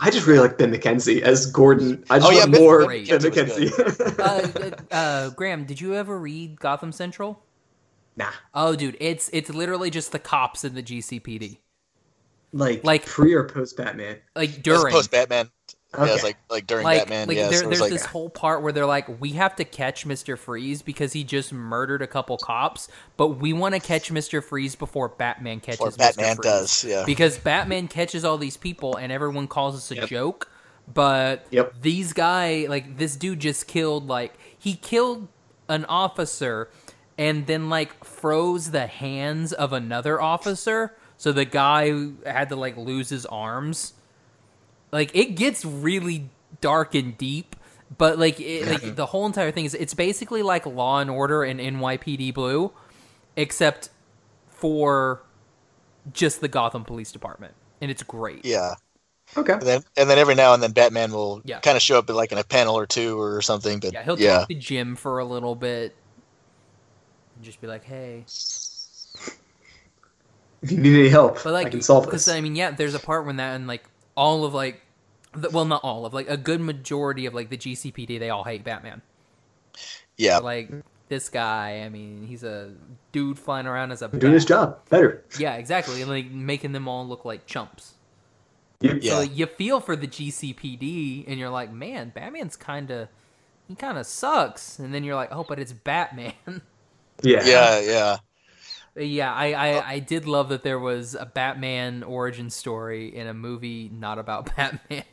I just really like Ben McKenzie as Gordon. I just Oh, yeah, want Ben- more Ben Ben McKenzie was good. McKenzie. Uh, uh, uh, Graham, did you ever read Gotham Central? nah, Oh, dude, it's it's literally just the cops in the GCPD. like Like- like pre or post Batman. Like during, post Batman. Yeah, Okay. it's like like during like, Batman. like yeah, there- so there's it's like this whole part where they're like, we have to catch Mister Freeze because he just murdered a couple cops, but we want to catch Mister Freeze before Batman catches. or Mr. Batman Freeze. does. Yeah, because Batman catches all these people and everyone calls us a joke, but Yep. these guy like this dude just killed like he killed an officer and then like froze the hands of another officer, so the guy had to like lose his arms. Like it gets really dark and deep. But like, it, like the whole entire thing is it's basically like Law and Order and NYPD Blue, except for just the Gotham Police Department, and it's great. yeah. Okay. And then and then every now and then Batman will Yeah. kind of show up in like in a panel or two or something. But Yeah, yeah, he'll talk to Jim for a little bit, and just be like, "Hey," If you need any help, but like, I can solve because, this. I mean, yeah, there's a part when that and like all of like, the, well, not all of like a good majority of like the GCPD, they all hate Batman. yeah. But, like this guy, I mean, he's a dude flying around as a doing his bat. job better. Yeah, exactly, and like making them all look like chumps. Yep. Yeah. So like, you feel for the GCPD, and you're like, man, Batman's kind of he kind of sucks. And then you're like, oh, but it's Batman. Yeah. yeah, yeah. yeah, I, I I did love that there was a Batman origin story in a movie not about Batman.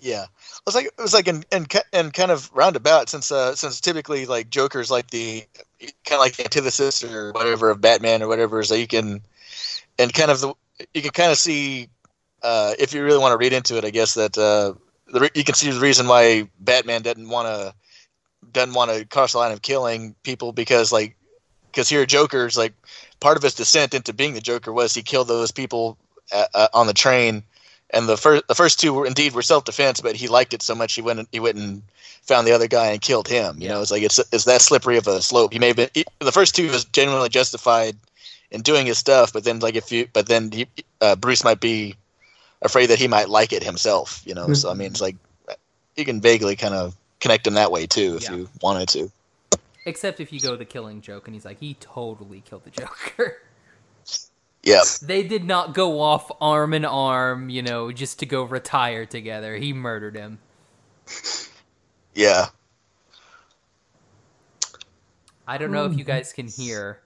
Yeah, it was like it was like in in, ki- in kind of roundabout since uh since typically like Joker's like the kind of like the antithesis or whatever of Batman or whatever so you can and kind of the you can kind of see uh if you really want to read into it I guess that uh the re- you can see the reason why Batman doesn't want to doesn't want to cross the line of killing people because like because here Joker's like part of his descent into being the Joker was he killed those people uh, uh, on the train and the first the first two were indeed were self defense, but he liked it so much he went and, he went and found the other guy and killed him. You know, it's like it's it's that slippery of a slope. He may have been he- the first two was genuinely justified in doing his stuff, but then like if you but then he, uh, Bruce might be afraid that he might like it himself. You know, so I mean, it's like you can vaguely kind of connect him that way too if Yeah. you wanted to. Except if you go the killing joke, and he's like, he totally killed the Joker. Yeah, they did not go off arm in arm, you know, just to go retire together. He murdered him. yeah. I don't know if you guys can hear,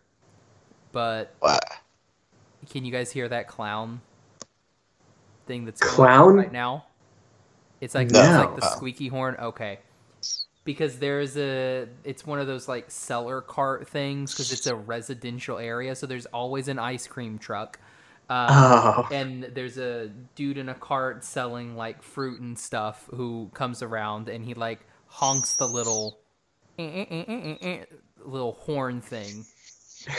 but Wow. Can you guys hear that clown thing that's Clown? on right now? It's like No. it's like the Oh. squeaky horn. Okay, because there's a it's one of those like seller cart things because it's a residential area, so there's always an ice cream truck. Um, Oh. and there's a dude in a cart selling like fruit and stuff who comes around and he like honks the little eh, eh, eh, eh, eh, eh, little horn thing.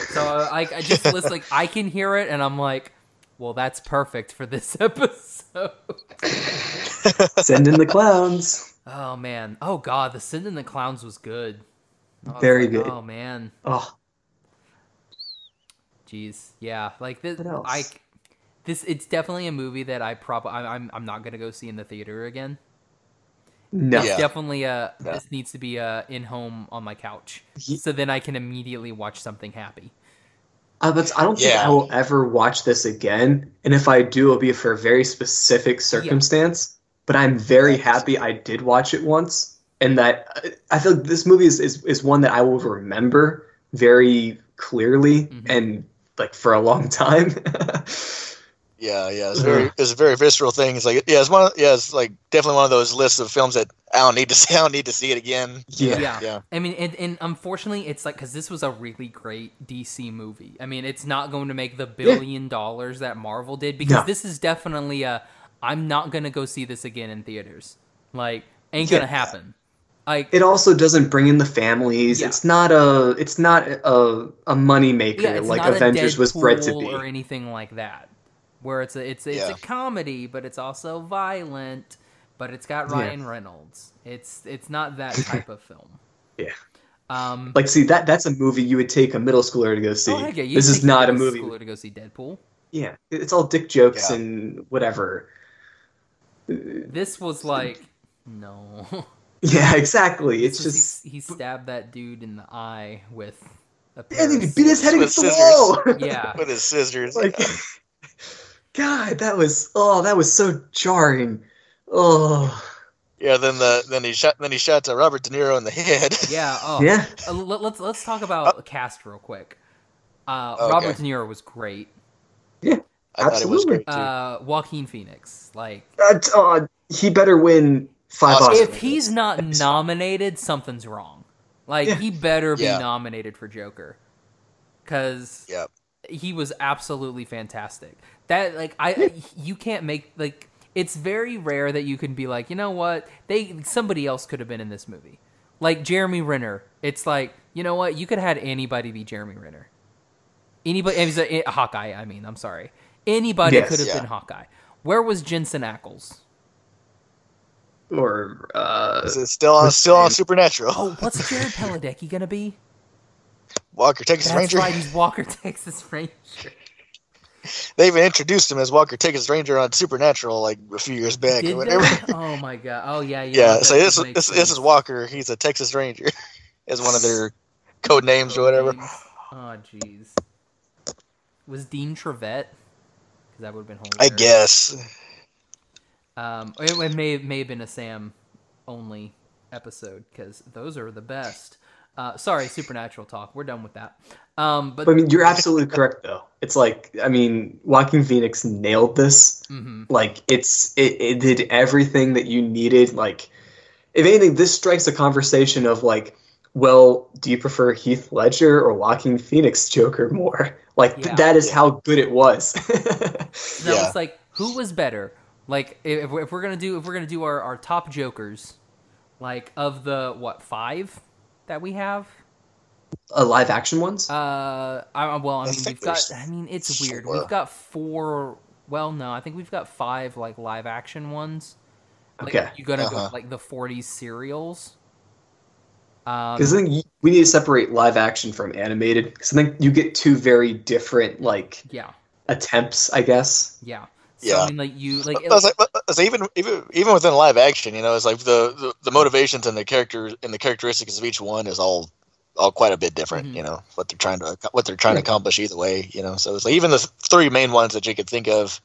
So I, I just listen, like I can hear it, and I'm like, well, that's perfect for this episode. Send in the clowns. Oh man, oh god, the Sin and the Clowns was good. I was Very like, good. Oh man, Oh, jeez, yeah, like this. What else? I this it's definitely a movie that I probably I'm I'm not gonna go see in the theater again. no. It's Yeah. definitely a Yeah. this needs to be a in home on my couch. Ye- So then I can immediately watch something happy. Uh, but I don't think Yeah. I will ever watch this again. And if I do, it'll be for a very specific circumstance. But I'm very happy I did watch it once. And that I- I feel this movie is, is, is one that I will remember very clearly Mhm. and like for a long time. Yeah, yeah, it's very, it's a very visceral thing. It's like, yeah, it's one, of- yeah, it's like definitely one of those lists of films that I don't need to see, I don't need to see it again. yeah. yeah. yeah. I mean, and, and unfortunately, it's like because this was a really great DC movie. I mean, it's not going to make the billion dollars that Marvel did because No. this is definitely a. I'm not gonna go see this again in theaters. Like, ain't Yeah. gonna happen. Like, It also doesn't bring in the families. Yeah. It's not a it's not a a moneymaker yeah, it's like not Avengers a Deadpool was bred to or be. anything like that. Where it's a it's a, Yeah. it's a comedy, but it's also violent. But it's got Yeah. Ryan Reynolds. It's it's not that type of film. Yeah. Um. Like see that that's a movie you would take a middle schooler to go see. oh, heck yeah, you this take is your not a middle movie. schooler to go see Deadpool. Yeah. It's all dick jokes Yeah. and whatever. Yeah, This was like no. exactly. It's This was- just he, he stabbed that dude in the eye with a and he pair of beat his head With against the scissors. wall. scissors. Yeah. With his scissors. like God, that was oh, that was so jarring. Oh, yeah, then the then he shot then he shot uh, Robert De Niro in the head. Yeah. Oh. yeah. Oh. Uh, let, us let's talk about cast real quick. Uh, Okay. Robert De Niro was great. I thought it was absolutely. great too. Uh, Joaquin Phoenix, like That's, uh, he better win five Oscar. Oscars. if he's not nominated, something's wrong. Like Yeah. he better be Yeah. nominated for Joker, because Yep. he was absolutely fantastic. That like I you can't make like it's very rare that you can be like you know what they somebody else could have been in this movie. Like Jeremy Renner, it's like you know what you could have had anybody be Jeremy Renner. Anybody, he's a, a Hawkeye. I mean, I'm sorry. Anybody Yes. could have Yeah. been Hawkeye. Where was Jensen Ackles? or uh, Is it still on still on Listen. Supernatural? Oh, what's Jared Padalecki gonna be? Walker Texas That's Ranger. right, he's Walker Texas Ranger. They even introduced him as Walker Texas Ranger on Supernatural like a few years back Did or whatever. they? Oh my god. Oh yeah. Yeah, so that this would make this, this is sense. Walker. He's a Texas Ranger, as one of their code names or whatever. Oh jeez. Was Dean Trevette? Because that would have been hilarious. I guess. Um, it, it may may have been a Sam only episode because those are the best. Uh, sorry, supernatural talk. We're done with that. Um, but but I mean, you're absolutely correct though. It's like I mean, Joaquin Phoenix nailed this. mhm. Like it's it, it did everything that you needed. Like if anything, this strikes a conversation of like, well, do you prefer Heath Ledger or Joaquin Phoenix Joker more? Like th- Yeah. that is how good it was. that Yeah. was like who was better like if, if we're- if we're gonna do if we're gonna do our, our top jokers like of the what five that we have uh, live action ones. uh I, well i I mean think we've got there's i mean it's weird four. we've got four well no i think we've got five like live action ones like Okay. you gonna go Uh-huh. like the 40s serials um Because I think y- we need to separate live action from animated. Because I think you get two very different like yeah attempts, I guess. yeah so Yeah. i mean like you like I was like, I was like, even even even within live action, you know, it's like the, the, the motivations and the character and the characteristics of each one is all all quite a bit different. Mhm. You know what they're trying to ac- what they're trying to accomplish either way. You know, so it's like even the th- three main ones that you could think of,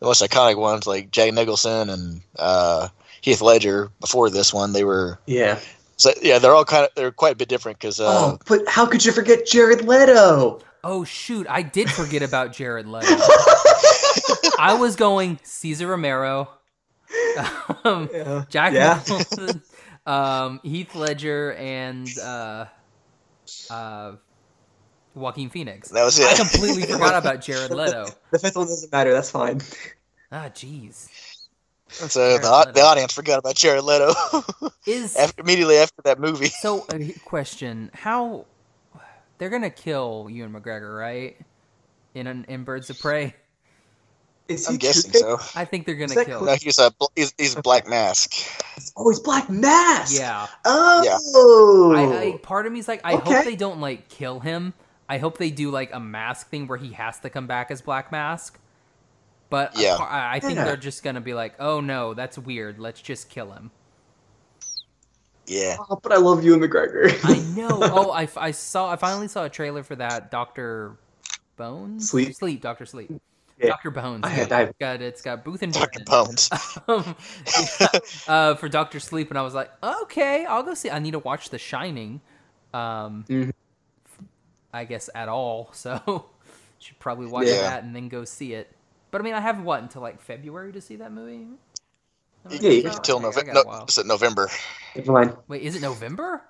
the most iconic ones like Jack Nicholson and uh, Heath Ledger. Before this one, they were Yeah. so yeah, they're all kind of they're quite a bit different because uh, oh, but how could you forget Jared Leto? Oh shoot, I did forget about Jared Leto. I was going Caesar Romero, um, Yeah. Jack Yeah. Nicholson, um, Heath Ledger, and uh, uh, Joaquin Phoenix. that was it. I completely forgot about Jared Leto. The fifth one doesn't matter. That's fine. Ah, jeez. so Jared the, au- the Leto. audience forgot about Jared Leto Is after, immediately after that movie. so. uh, Question: How they're gonna kill Ewan McGregor, right? In in Birds of Prey, Is I'm he guessing Tuesday? so. I think they're Is gonna that kill. No, he's a bl- he's, he's Black Mask. Oh, he's Black Mask. Yeah. Oh. I, I part of me's like, I hope Okay. they don't like kill him. I hope they do like a mask thing where he has to come back as Black Mask. But Yeah. yeah. I, I think Yeah. they're just gonna be like, oh no, that's weird. Let's just kill him. Yeah, Oh, but I love you and McGregor. I know. oh, I, f- I saw. I finally saw a trailer for that Doctor Bones. Sleep. Sleep. Doctor Sleep. Yeah. Doctor Bones. I had- yeah. I- It's got it's got Booth and Doctor Brennan. Bones. um, yeah, uh, for Doctor Sleep, and I was like, okay, I'll go see. I need to watch The Shining. Um, Mhm. I guess, at all. So should probably watch Yeah. that and then go see it. But I mean, I have what until like February to see that movie. Yeah, you Alright, Till I got November. a No, while. it's at November. Never mind. Wait, is it November?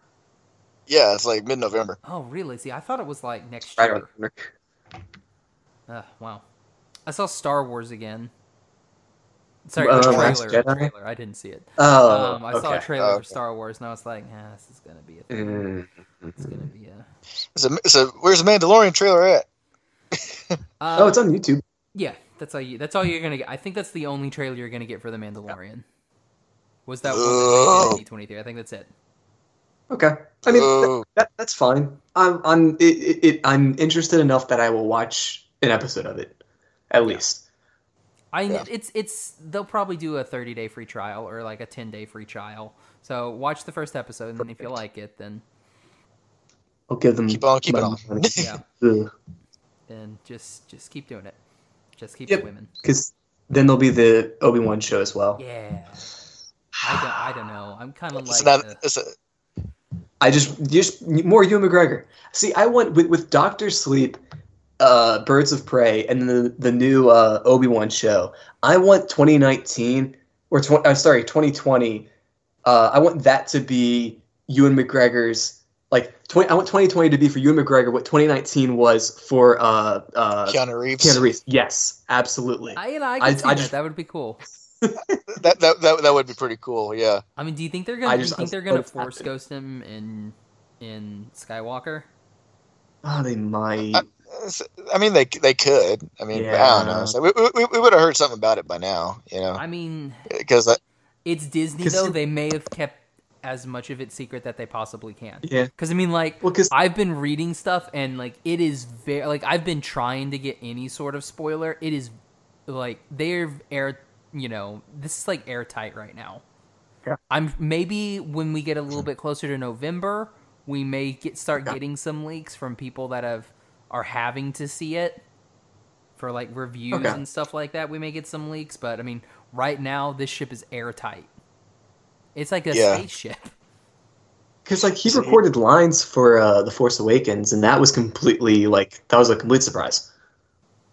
Yeah, it's like mid-November. Oh, really? See, I thought it was like next Right year. on. Ugh, wow. I saw Star Wars again. Sorry, Uh, the Last trailer, the Jedi? trailer. I didn't see it. Oh, Um, I okay. saw a trailer Oh, for okay. Star Wars, and I was like, "Ah, this is gonna be a thing. Mm. It's gonna be a." It's a, it's a, where's the Mandalorian trailer at? Uh, Oh, it's on YouTube. yeah. That's all you. That's all you're gonna get. I think that's the only trailer you're gonna get for the Mandalorian. Was that Oh. one twenty three? I think that's it. Okay. I mean, th- Oh, that, that's fine. I'm I'm it, it, it, I'm interested enough that I will watch an episode of it, at least. I Yeah. it's it's they'll probably do a thirty day free trial or like a ten day free trial. So watch the first episode, and then if you Perfect. like it, then I'll give them. Keep on keeping my on. money. yeah, Ugh. then just just keep doing it. Just keep Yep. the women. because then there'll be the Obi Wan show as well. Yeah. I don't, I don't know. I'm kind of it's like not. the- It's a, I just just more Ewan McGregor. See, I want with with Doctor Sleep, uh, Birds of Prey, and the the new uh, Obi Wan show. I want 2019 or tw- I'm sorry 2020. Uh, I want that to be Ewan McGregor's like 20, I want 2020 to be for Ewan McGregor what 2019 was for uh, uh, Keanu Reeves. Keanu Reeves. Yes, absolutely. I, you know, I I- can see I that. just- that would be cool. That, that that that would be pretty cool. Yeah. I mean, do you think they're gonna? I do just- you think I they're gonna hope it's force happening. ghost him in in Skywalker? Oh, they might. It's- I mean, they they could. I mean, I don't know. Yeah. So we we, we would have heard something about it by now, you know, I mean, because it's Disney Uh. 'Cause- though. They may have kept as much of it secret that they possibly can. yeah. Because I mean, like, Well, 'cause- I've been reading stuff and like it is very like I've been trying to get any sort of spoiler. It is like they're air, you know, this is like airtight right now. Yeah. I'm maybe when we get a little bit closer to November, we may get start getting some leaks from people that have are having to see it for like reviews Okay. and stuff like that. We may get some leaks, but I mean, right now this ship is airtight. It's like a Yeah. spaceship. Because like he recorded lines for uh, the Force Awakens, and that was completely like that was a complete surprise.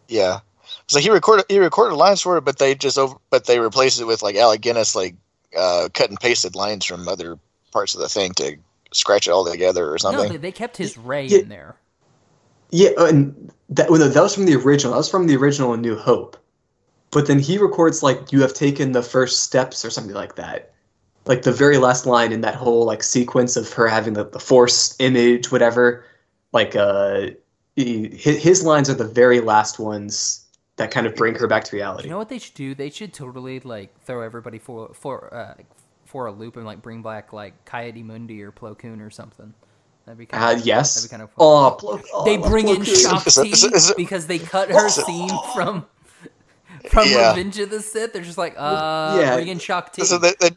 yeah, so he recorded he recorded lines for it, but they just over but they replaced it with like Alec Guinness like uh, cut and pasted lines from other parts of the thing to scratch it all together or No, something. they, they kept his Ray yeah. in there. Yeah, uh, and that well, no, that was from the original. That was from the original in New Hope. But then he records like you have taken the first steps or something like that, like the very last line in that whole like sequence of her having the, the Force image, whatever. Like uh, he, his his lines are the very last ones that kind of bring her back to reality. You know what they should do? They should totally like throw everybody for for uh, for a loop and like bring back like Coyote Mundi or Plo Koon or something. That'd be kind uh, of yes. that'd be kind of fun. oh, Plo- oh, they I love bring in Plo Koon. Is it- is Shakti it- because they cut her scene from from Yeah. Revenge of the Sith. They're just like, uh, yeah. bring in Shakti. So they, they,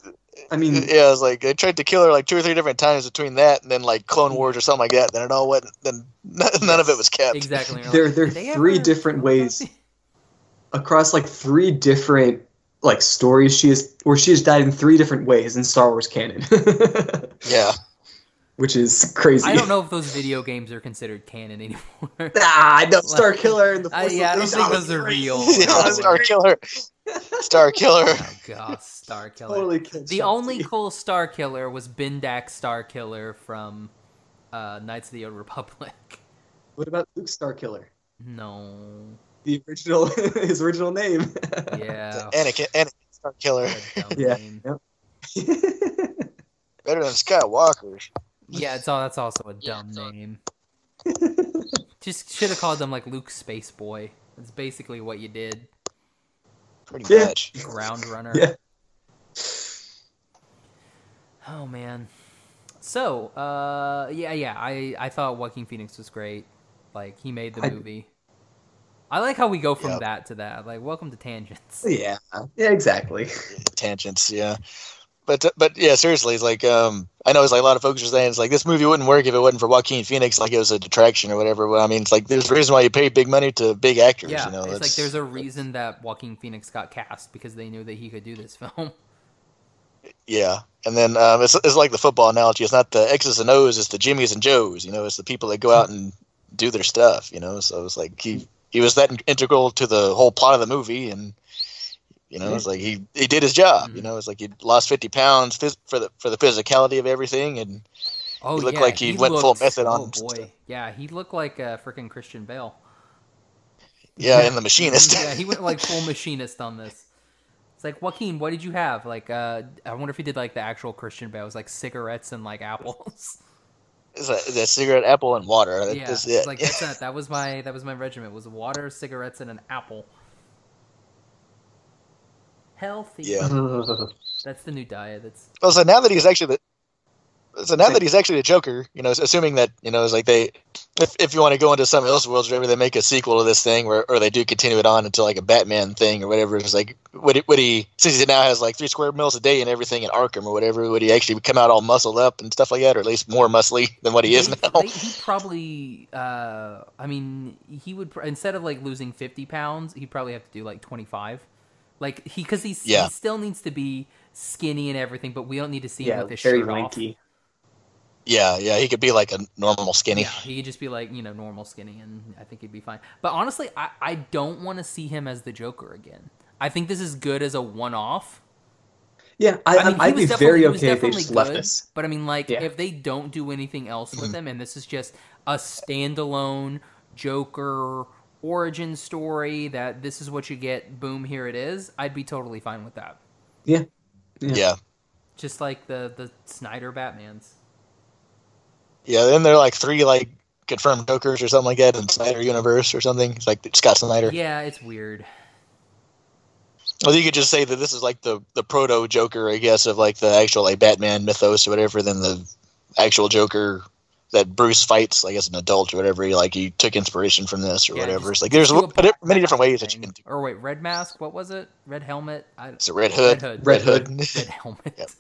I mean, yeah, it's like they tried to kill her like two or three different times between that and then like Clone Wars or something like that. Then it all went. Then none, none of it was kept. exactly. You're There- like, there are "Did they three ever different film ways- Shakti?" across like three different like stories she is or she has died in three different ways in Star Wars canon. Yeah. Which is crazy. I don't know if those video games are considered canon anymore. Ah, I know Star Killer and the I- Force uh, yeah, I don't Awakens. think those are real. yeah Star Killer. Star Killer. oh god, Star Killer. Totally killed The Shakti. only cool Star Killer was Bindak Star Killer from uh, Knights of the Old Republic. What about Luke Star Killer? No. The original his original name. Yeah. Anakin. Anakin. Star Killer. what a dumb Yeah. name. Better than Skywalker. Yeah, it's all that's also a dumb name. Just should have called them like Luke Space Boy. That's basically what you did. Pretty Yeah. much. Ground runner. Yeah. Oh man. So, uh yeah, yeah, I I thought Joaquin Phoenix was great. Like he made the I- movie. I like how we go from Yep. that to that. Like welcome to tangents. yeah. Yeah, exactly. tangents, yeah. But but yeah, seriously, it's like um, I know it's like a lot of folks are saying it's like this movie wouldn't work if it wasn't for Joaquin Phoenix, like it was a detraction or whatever. Well, I mean, it's like there's a reason why you pay big money to big actors. Yeah, you know, it's like That's- there's a reason that Joaquin Phoenix got cast because they knew that he could do this film. yeah. And then um, it's it's like the football analogy. It's not the X's and O's, it's the Jimmys and Joes. You know, it's the people that go out and do their stuff, you know. So it's like he he was that integral to the whole plot of the movie, and you know, Mm-hmm. it's like he he did his job. You know, it's like he lost fifty pounds phys- for the for the physicality of everything, and Oh, He looked yeah, like he went full looks- method on Oh boy, himself. yeah, he looked like a freaking Christian Bale. yeah, and the machinist. yeah, he went like full machinist on this. It's like Joaquin, what did you have? Like, uh, I wonder if he did like the actual Christian Bale. It was like cigarettes and like apples. it's a, it's a cigarette, apple, and water. That- yeah, that's it's it. like that's it. That was my that was my regiment was water, cigarettes, and an apple. Healthy. Yeah. That's the new diet. That's Well, so now that he's actually the so now that he's actually the Joker, you know, assuming that you know, it's like they, if, if you want to go into some Elseworlds, maybe they make a sequel to this thing, where or they do continue it on into like a Batman thing or whatever. It's like would he, would he since he now has like three square meals a day and everything in Arkham or whatever, would he actually come out all muscled up and stuff like that, or at least more muscly than what he is They- now? they- he probably, uh, I mean, he would pr- instead of like losing fifty pounds, he'd probably have to do like twenty five. Like he, because he's Yeah. he still needs to be skinny and everything, but we don't need to see him yeah, with his very shirt off. lanky. Yeah, yeah, he could be like a normal skinny. Yeah, he could just be like you know normal skinny, and I think he'd be fine. But honestly, I I don't want to see him as the Joker again. I think this is good as a one off. Yeah, I, I would be definitely- very he was okay if they definitely just left good, this. But I mean, like, Yeah. Mm-hmm. if they don't do anything else with him, and this is just a standalone Joker origin story that this is what you get, boom, here it is, I'd be totally fine with that. Yeah. yeah. Just like the the Snyder Batman's. Yeah, then there are like three like confirmed Jokers or something like that in Snyder Universe or something. It's like Scott Snyder. Yeah, it's weird. Well, you could just say that this is like the the proto Joker, I guess, of like the actual like Batman mythos or whatever. Than the actual Joker that Bruce fights, I guess, an adult or whatever. He, like he took inspiration from this or Yeah, just- whatever. It's like there's do a w- many different ways that you Thing. can do. Or wait, Red Mask? What was it? Red Helmet? I, It's a red Red hood. Hood. Red Hood. Red Helmet. Yep.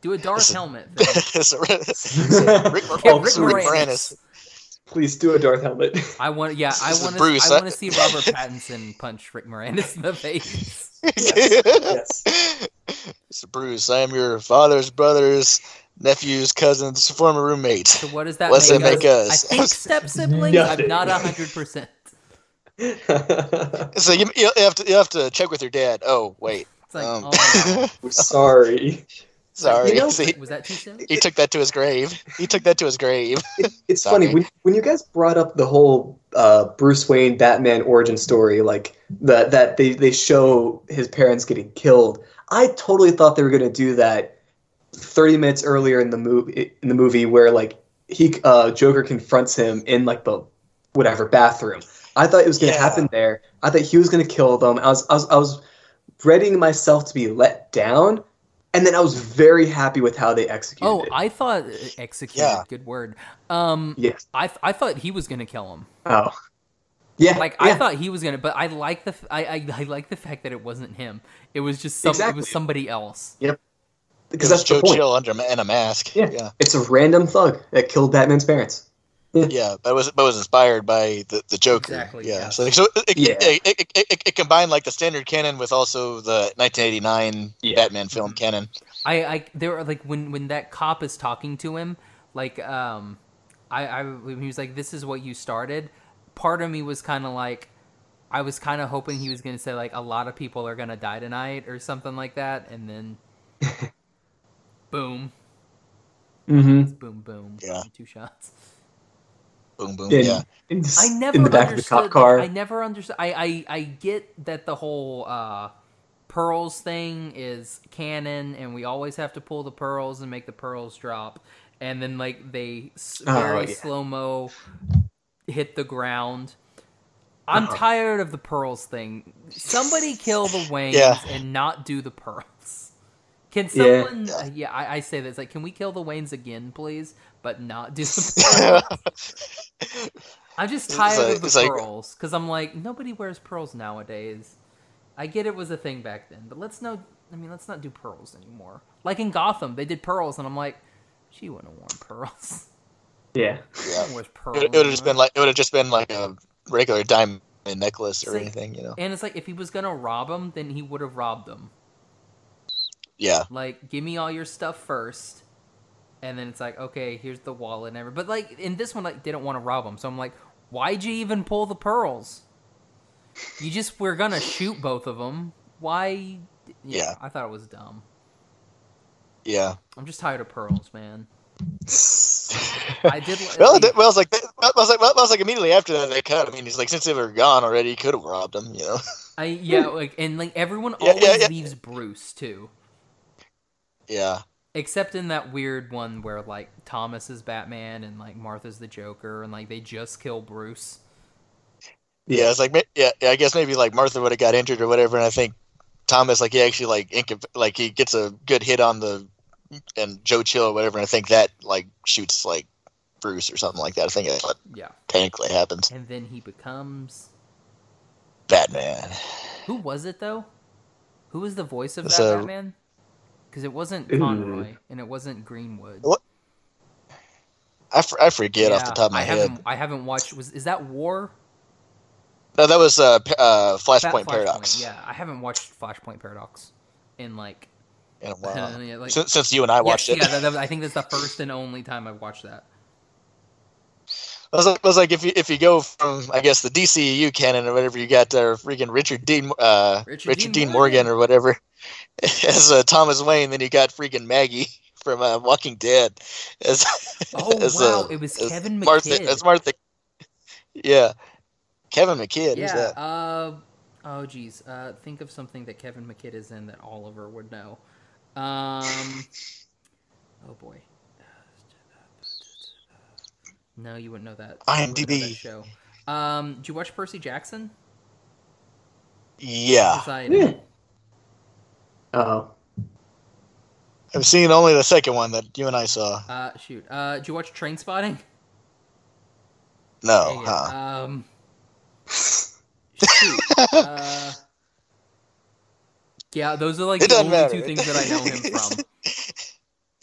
Do a dark Listen. helmet. thing. it's a red. it's a Rick, Mor- Yeah, Oh, Rick it's a Rick Moranis. Moranis. Please do a Darth helmet. I want, yeah, This I is the want to, Bruce, I huh? want to see Robert Pattinson punch Rick Moranis in the face. yes. Mr. Bruce, I am your father's brother's nephews, cousins, former roommates. So what does that What's make, that make us? I think step siblings. I'm Nothing. not hundred percent. We're So you, you have to you have to check with your dad. Oh wait, It's like, Um, oh, sorry. sorry. You know- See, wow. was that too soon? he took that to his grave. He took that to his grave. It, it's Sorry. funny when, when you guys brought up the whole uh, Bruce Wayne Batman origin story, like the, that they, they show his parents getting killed. I totally thought they were going to do that thirty minutes earlier in the movie in the movie where like he uh, Joker confronts him in like the whatever bathroom. I thought it was going to Yeah. happen there. I thought he was going to kill them. I was I was I was readying myself to be let down, and then I was very happy with how they executed Oh, it. I thought executed. Yeah. Good word. Um, yes. I I thought he was gonna kill him. Oh. Yeah. Like yeah. I thought he was gonna, but I like the f- I I, I like the fact that it wasn't him. It was just some, it Exactly. was somebody else. because It was that's the Joe point. Chill under ma- and a mask. Yeah. yeah, It's a random thug that killed Batman's parents. yeah. But it was but it was inspired by the, the Joker. Exactly, Yeah. yeah. So, so it, Yeah. it, it, it, it, it combined like the standard canon with also the 1989 Yeah. Batman film canon. I, I there are like when when that cop is talking to him, like um, I I when he was like, "This is what you started." Part of me was kind of like, I was kind of hoping he was gonna say like, "A lot of people are gonna die tonight" or something like that, and then, boom, Mm-hmm. boom, boom, Yeah. two shots. Boom, boom. In, Yeah. in, the, I s- never in the back of the understood, cop car. I never understood. I, I I get that the whole uh, pearls thing is canon, and we always have to pull the pearls and make the pearls drop, and then like they s- Oh, very yeah. slow mo hit the ground. I'm Uh-huh. tired of the pearls thing. Somebody kill the Waynes Yeah. and not do the pearls. Can Yeah. someone? uh, Yeah, I, I say this like, can we kill the Waynes again, please? But not do the pearls. I'm just It's tired like- of the it's like- pearls because I'm like nobody wears pearls nowadays. I get it was a thing back then, but let's no. I mean, let's not do pearls anymore. Like in Gotham, they did pearls, and I'm like, she wouldn't have worn pearls. yeah. No yeah. one wears It, pearls. it would have just been anymore. like it would have just been like a regular diamond necklace or See- anything, you know. and it's like if he was gonna rob them, then he would have robbed them. Yeah. Like, give me all your stuff first, and then it's like, okay, here's the wallet and everything. But like in this one, like they don't want to rob him, so I'm like, Why'd you even pull the pearls? You just were gonna shoot both of them. Why? Yeah, Yeah. I thought it was dumb. Yeah. I'm just tired of pearls, man. well, I did. it did- well, I was like, I was like, well, I was like, immediately after that they cut. I mean, he's like, since they were gone already, he could have robbed them, you know? I yeah, like and like everyone Yeah, always yeah, yeah. leaves Bruce too, yeah, except in that weird one where like Thomas is Batman and like Martha's the Joker, and like they just kill Bruce. yeah. It's like, ma- yeah, yeah. I guess maybe like Martha would have got injured or whatever, and I think Thomas, like, he actually like, incap- like he gets a good hit on the and Joe Chill or whatever, and I think that like shoots like Bruce or something like that. I think that's what Yeah, technically happens. and then he becomes Batman. who was it though? Who was the voice of that So- Batman? Because it wasn't Ooh. Conroy and it wasn't Greenwood. What- I, f- I forget off the Yeah, top of my I head. haven't I haven't watched. Was is that War? No, that was uh, p- uh, That Flashpoint Paradox. Yeah, I haven't watched Flashpoint Paradox in like In a while. Yeah, like- since, since you and I watched yeah, it. yeah. That, that was- I think that's the first and only time I've watched that. I was like, I was like, if you if you go from I guess the DCEU canon or whatever you got there, freaking Richard Dean uh, Richard Dean Richard, Dean, Morgan. Morgan. or whatever as uh, Thomas Wayne, then you got freaking Maggie from uh, Walking Dead as Oh as, wow! uh, it was as Kevin Martha McKidd. as Martha. Yeah, Kevin McKidd. Who's yeah. that? Uh, oh geez. Uh, think of something that Kevin McKidd is in that Oliver would know. Um. oh boy. No, you wouldn't know that. you wouldn't know that IMDb. show. Um, did you watch Percy Jackson? Yeah, Society. Yeah. Oh, I've seen only the second one that you and I saw. Uh, shoot. Uh, did you watch Train Spotting? No, Dang it. Oh, huh? Um. shoot. Uh, yeah, those are like the It doesn't only matter. two things that I know him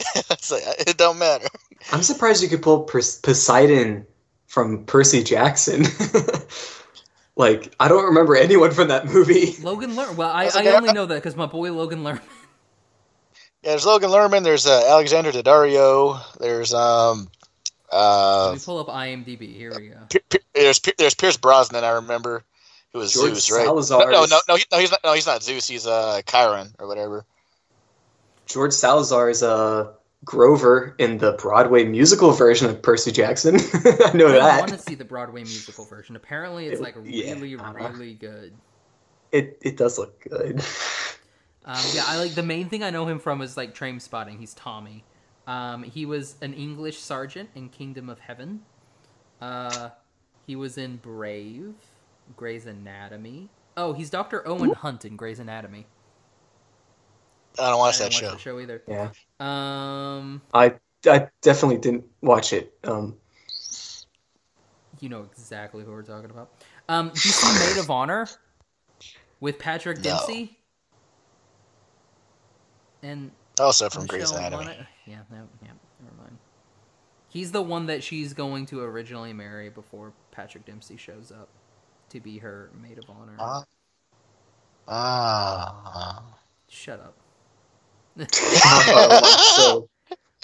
from. It's like, it don't matter. I'm surprised you could pull Pers- Poseidon from Percy Jackson. like, I don't remember anyone from that movie. Logan Lerman. Well, I, That's I okay. only know that because my boy Logan Lerman. Yeah, there's Logan Lerman. There's uh, Alexander Daddario. There's um, Let uh, me pull up IMDb. Here we go. P- P- there's P- there's Pierce Brosnan. I remember who was George Zeus, right? Salazar No, no, is- no, no, he, no, he's not. No, he's not Zeus. He's uh, Chiron or whatever. George Salazar is uh, Grover in the Broadway musical version of Percy Jackson. I know I want that. to see the Broadway musical version. Apparently, it's like Yeah, really, uh-huh. really good. It it does look good. Um, yeah, I like the main thing I know him from is like train spotting. He's Tommy. Um, he was an English sergeant in Kingdom of Heaven. Uh, he was in Brave, Grey's Anatomy. Oh, he's Doctor Owen Hunt in Grey's Anatomy. I don't watch I that didn't show. watch that show either. Yeah, Um, I I definitely didn't watch it. Um, you know exactly who we're talking about. Um, do you see Maid of Honor with Patrick No. Dempsey? And Also from Grey's Michelle Anatomy. Mon- yeah, no, yeah, never mind. He's the one that she's going to originally marry before Patrick Dempsey shows up to be her maid of honor. Ah. Ah. Shut up. not that I watched, so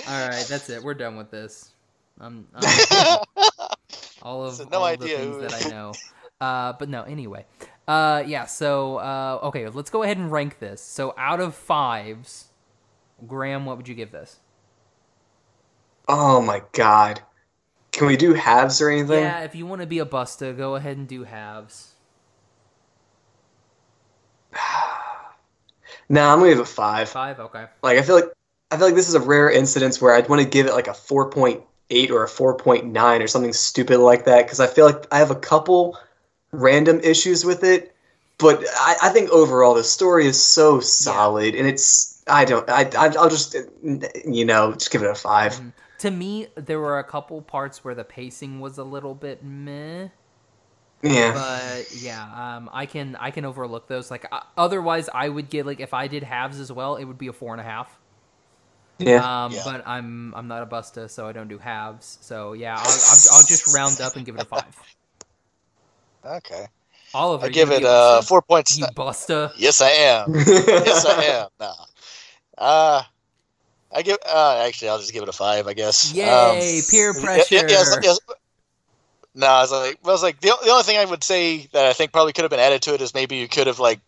All right, that's it. We're done with this. I'm, I'm all of So no all of idea the who- things that I know. Uh, but no, anyway. Uh, yeah. So uh, okay, let's go ahead and rank this. So out of fives, Graham, what would you give this? oh my god, can we do halves or anything? Yeah, if you want to be a busta, go ahead and do halves. No, I'm gonna give it five. Five. Okay. Like I feel like I feel like this is a rare incidence where I'd want to give it like a four point eight or a four point nine or something stupid like that because I feel like I have a couple random issues with it, but I, I think overall the story is so solid and it's I don't I I- I'll just you know just give it a five. Mhm. To me, there were a couple parts where the pacing was a little bit meh, Yeah, but yeah, um, I can I can overlook those. Like uh, otherwise, I would get like if I did halves as well, it would be a four and a half. yeah. Um, Yeah. but I'm I'm not a busta, so I don't do halves. So yeah, I'll, I'll, I'll just round up and give it a five. Okay. Oliver, I you give gonna it be a uh busta? four Um, points. You busta. Yes, I am. Yes, I am. Nah. Uh, I give. Uh, actually, I'll just give it a five. I guess. Um, Yay, peer Yeah, pressure. yeah, yeah, as, yeah, as- No, I was like, I was like, the, the only thing I would say that I think probably could have been added to it is maybe you could have like,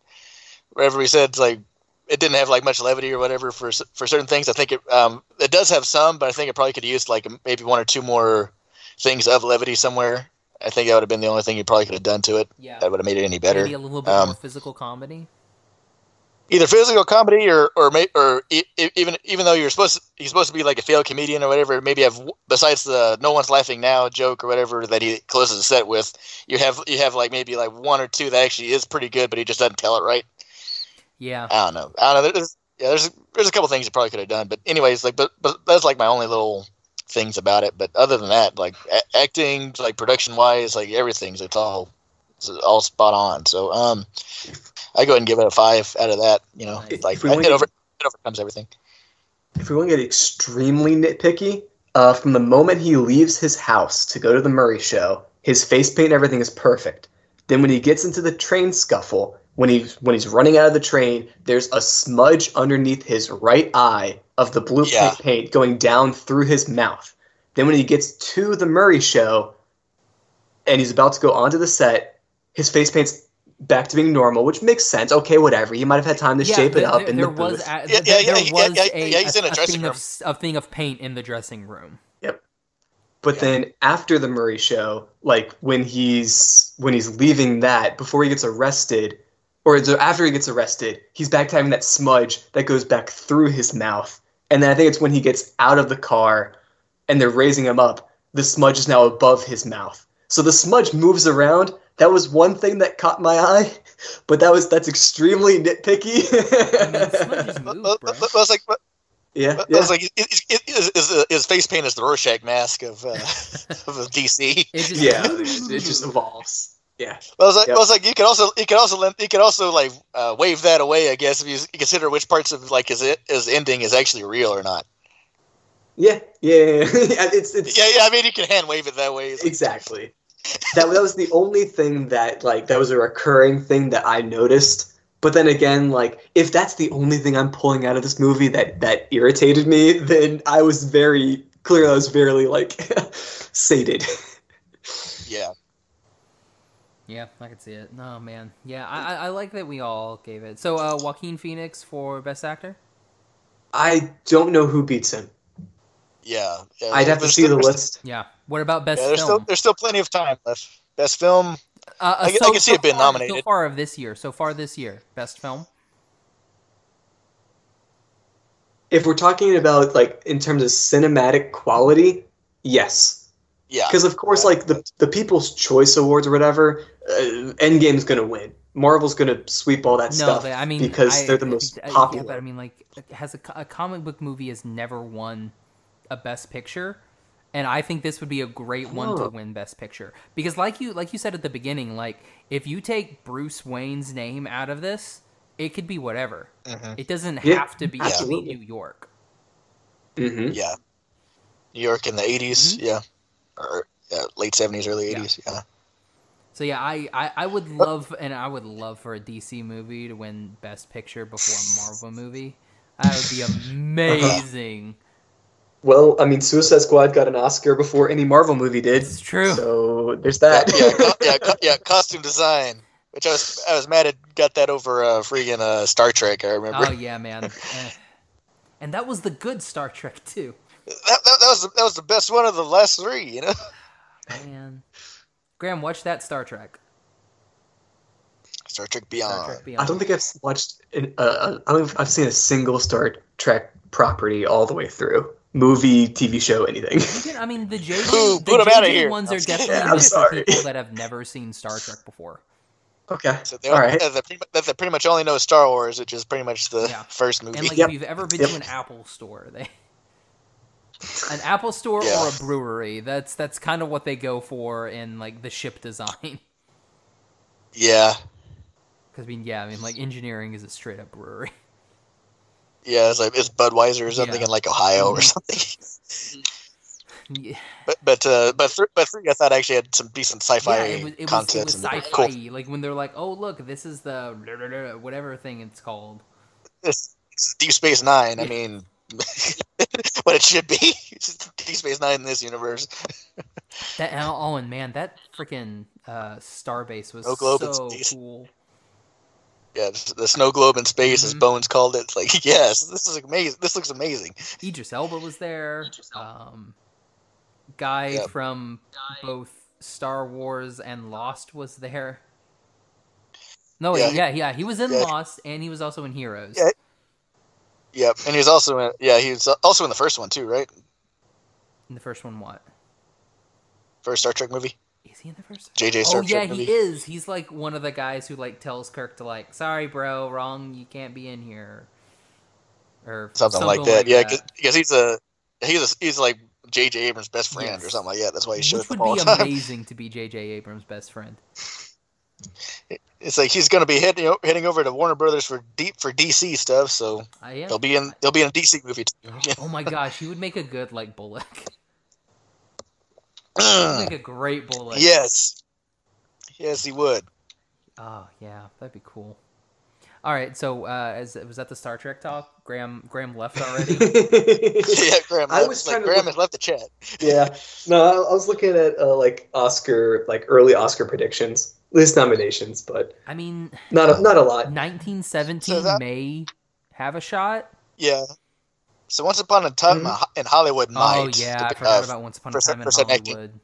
whatever we said, it's like it didn't have like much levity or whatever for s- for certain things. I think it um it does have some, but I think it probably could have used like maybe one or two more things of levity somewhere. I think that would have been the only thing you probably could have done to it Yeah. that would have made it any better. Maybe a little bit Um, more physical comedy. Either physical comedy or or may, or e- e- even even though you're supposed to, he's supposed to be like a failed comedian or whatever. Maybe have besides the no one's laughing now joke or whatever that he closes the set with. You have you have like maybe like one or two that actually is pretty good, but he just doesn't tell it right. Yeah. I don't know. I don't know. There's yeah, there's there's a couple things you probably could have done, but anyways, like but but that's like my only little things about it. But other than that, like a- acting, like production wise, like everything's it's all it's all spot on. So um, I go ahead and give it a five out of that. You know, Nice. like If we it, wanna over, it overcomes everything. If we want to get extremely nitpicky, uh, from the moment he leaves his house to go to the Murray show, his face paint and everything is perfect. Then when he gets into the train scuffle, when he's when he's running out of the train, there's a smudge underneath his right eye of the blue Yeah. paint going down through his mouth. Then when he gets to the Murray show, and he's about to go onto the set, his face paint's back to being normal, which makes sense. Okay, whatever. He might have had time to yeah, shape it there, up there, in there the was booth. a, Yeah, there, yeah, there yeah, was yeah, yeah, a, yeah, he's in a dressing thing room. of s- a thing of paint in the dressing room. But Yeah. then after the Murray show, like when he's when he's leaving that, before he gets arrested, or is- after he gets arrested, he's back to having that smudge that goes back through his mouth. And then I think it's when he gets out of the car and they're raising him up, the smudge is now above his mouth. So the smudge moves around. That was one thing that caught my eye, but that was that's extremely nitpicky. I mean, smudges But, move, but, bro. but, but it's like, but, yeah, but yeah. it's like it- it- it- it- it's- it's- his face paint is the Rorschach mask of uh, of DC. It just yeah, it just evolves. Yeah. Well, I was like, Yep. well, I was like, you could also, you could also, lend- you could also like uh, wave that away, I guess, if you s- you consider which parts of like his his ending is actually real or not. Yeah, yeah, yeah. yeah. it's it's Yeah, yeah. I mean, you can hand wave it that way. It's like- exactly. That that was the only thing that like that was a recurring thing that I noticed. But then again, like if that's the only thing I'm pulling out of this movie that that irritated me, then I was very clearly I was very like sated. yeah, Yeah, I can see it. Oh man, yeah, I, I- I like that we all gave it. So uh, Joaquin Phoenix for best actor. I don't know who beats him. yeah. yeah I'd have to There's see the still- there's list. Yeah. What about best still- Yeah, there's still film? there's still plenty of time left. Best film. uh, I can- I can see it being far, So nominated. far of this year, so far this year, best film. If we're talking about like in terms of cinematic quality, yes. Yeah, because of course like the, the people's choice awards or whatever uh, endgame's gonna win marvel's gonna sweep all that no, stuff but I mean because I- they're the I most think- I- yeah, popular but I mean, like, has a, co- a comic book movie has never won a best picture, and I think this would be a great one to Huh. win best picture because, like you like you said at the beginning, like if you take Bruce Wayne's name out of this, it could be whatever. Mhm. It doesn't Yeah, have to be absolutely. New York. Mhm. yeah. New York in the 80s Yeah, or uh, late seventies, early Mm-hmm. Yeah. eighties. Uh, Yeah. So yeah, I, I, I would love and I would love for a DC movie to win Best Picture before a Marvel movie. That would be amazing. well i mean suicide squad got an oscar before any marvel movie did It's true. so there's Yeah, that yeah, co- yeah, co- yeah, costume design, which I was I was mad at got that over uh, freaking uh, Star Trek. I remember. Oh yeah, man. Eh. and that was the good Star Trek too. that, that, that was the, that was the best one of the last three. You know, Man, Graham, watch that Star Trek. Star Trek Star Beyond. Trek Beyond. Uh, i don't think i've watched an, uh, i don't think i've seen a single star trek property all the way through movie tv show anything You can- I mean, the JJ, Boo, the boot 'em outta JJ here. ones I'm are just kidding. definitely Yeah, I'm made for sorry. people that have never seen Star Trek before. okay So they all all right uh, they pretty, mu- that they pretty much only know Star Wars, which is pretty much the Yeah. first movie. And like, Yep. if you've ever been Yep. to an Apple store, they an Apple store or Yeah. a brewery. That's that's kind of what they go for in like the ship design. yeah, Because I mean, yeah, I mean, like engineering is a straight up brewery. yeah, it's like it's Budweiser or something Yeah. Mm-hmm. in like Ohio or something. Yeah, but but uh, but three, but three, I thought actually had some decent sci-fi yeah, it was it was, it concepts was and they were sci-fi. cool. Like when they're like, oh look, this is the blah, blah, blah, whatever thing it's called. It's, it's Deep Space Nine. I Yeah. mean, what it should be. Deep Space Nine in this universe. That and- oh, and man, that freaking uh, Starbase was No globe, it's so decent. cool. Yeah, it's the snow globe in space, as Mhm. Bones called it. It's like, yes, this is amazing. This looks amazing. Idris Elba was there. Um, guy Yeah. from both Star Wars and Lost was there. No, Yeah, yeah, he- yeah, he was in yeah. Lost and he was also in Heroes. Yeah. Yep, and he's also in, yeah, he was also in the first one too, right? In the first one, what First Star Trek movie, is he in the first? JJ Star Oh Trek yeah, movie. he is. He's like one of the guys who like tells Kirk to like, "Sorry, bro, wrong. You can't be in here," or something, like that. yeah, because he's a he's a, he's like J.J. Abrams' best friend or Yes. something like that. That's why he showed Which up would all be the time. amazing to be J.J. Abrams' best friend. It's like he's going to be heading o- heading over to Warner Brothers for deep for DC stuff, so I am. they'll be in they'll be in a DC movie too. Oh my gosh, he would make a good like Bullock. He'd Mm. make a great Bullock. yes, yes, he would. Oh yeah, that'd be cool. All right, so uh, as was that the Star Trek talk? Graham Graham left already. yeah, Graham. I left- was like, trying to Graham look- has left the chat. yeah. No, I, I was looking at uh, like Oscar, like early Oscar predictions, at least nominations, but I mean, not a, not a lot. 1917 So that- may have a shot. Yeah. So once upon a time in Hollywood, Hmm? Oh might. uh, yeah, to I pick forgot up. about Once Upon a percent- Time in percent acting. Hollywood.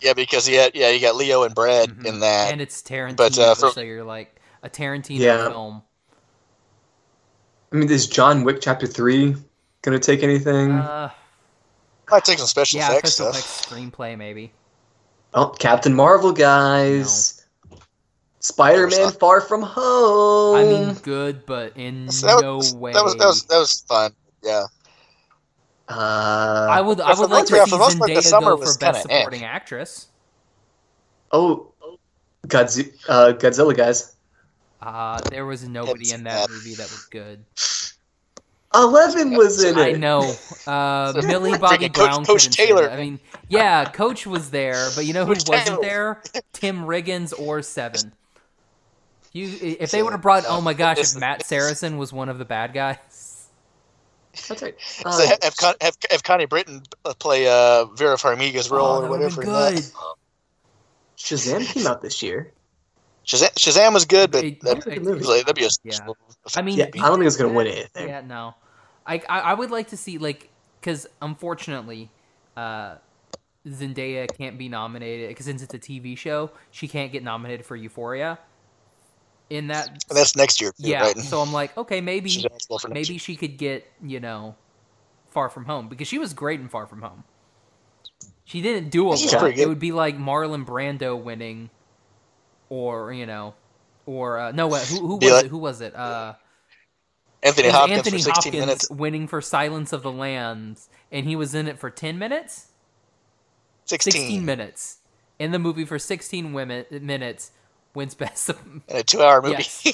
yeah, because he had yeah you got Leo and Brad Mhm. in that. and it's Tarantino, But, uh, for- so you're like a Tarantino Yeah. film. I mean, is John Wick Chapter Three gonna take anything? Uh, Might take some special yeah, effects special stuff. effects screenplay maybe. oh, Captain Marvel, guys. Spider-Man: Oversight. Far From Home. I mean, good, but in So Mm. that no was, way. That was that was that was fun. Yeah. uh, I would, I for would the like to most- see for the most part, the Zendaya summer go was for best kinda eh. supporting actress. oh, Godzi- uh, Godzilla, guys. Uh, there was nobody in that It's- uh, movie that was good. Eleven was in it. I know. Uh, So Millie freaking Bobby Coach- Brown. Coach couldn't say Taylor. that. I mean, yeah, Coach was there, but you know who Coach wasn't Taylor. there? Tim Riggins or Seven. You, if they would have uh, brought, oh my gosh, if It's- Matt Saracen was one of the bad guys. That's right. so Uh, have, have, Con- have, have Connie Britton play uh, Vera Farmiga's role Oh, or that would've whatever. been in that. good. Shazam came out this year. Shazam, Shazam was good, but It- that, That's a good it- movie. that'd be a Yeah. I I mean, Yeah, I don't think it's gonna win anything. Yeah, no. I, I I would like to see like because unfortunately, uh, Zendaya can't be nominated because since it's a TV show, she can't get nominated for Euphoria. In that, that's next year. Too, yeah. right? So I'm like, okay, maybe Shazam's well for next maybe year. she could get you know, Far From Home because she was great in Far From Home. She didn't do a She's lot. pretty good. It would be like Marlon Brando winning, or you know, or uh, no, uh, who who was Be like- it? Who was it? Uh, Anthony it was Hopkins Anthony for 16 Hopkins minutes, winning for Silence of the Lambs, and he was in it for ten minutes, 16, sixteen minutes in the movie for sixteen women minutes wins best. in a two-hour movie.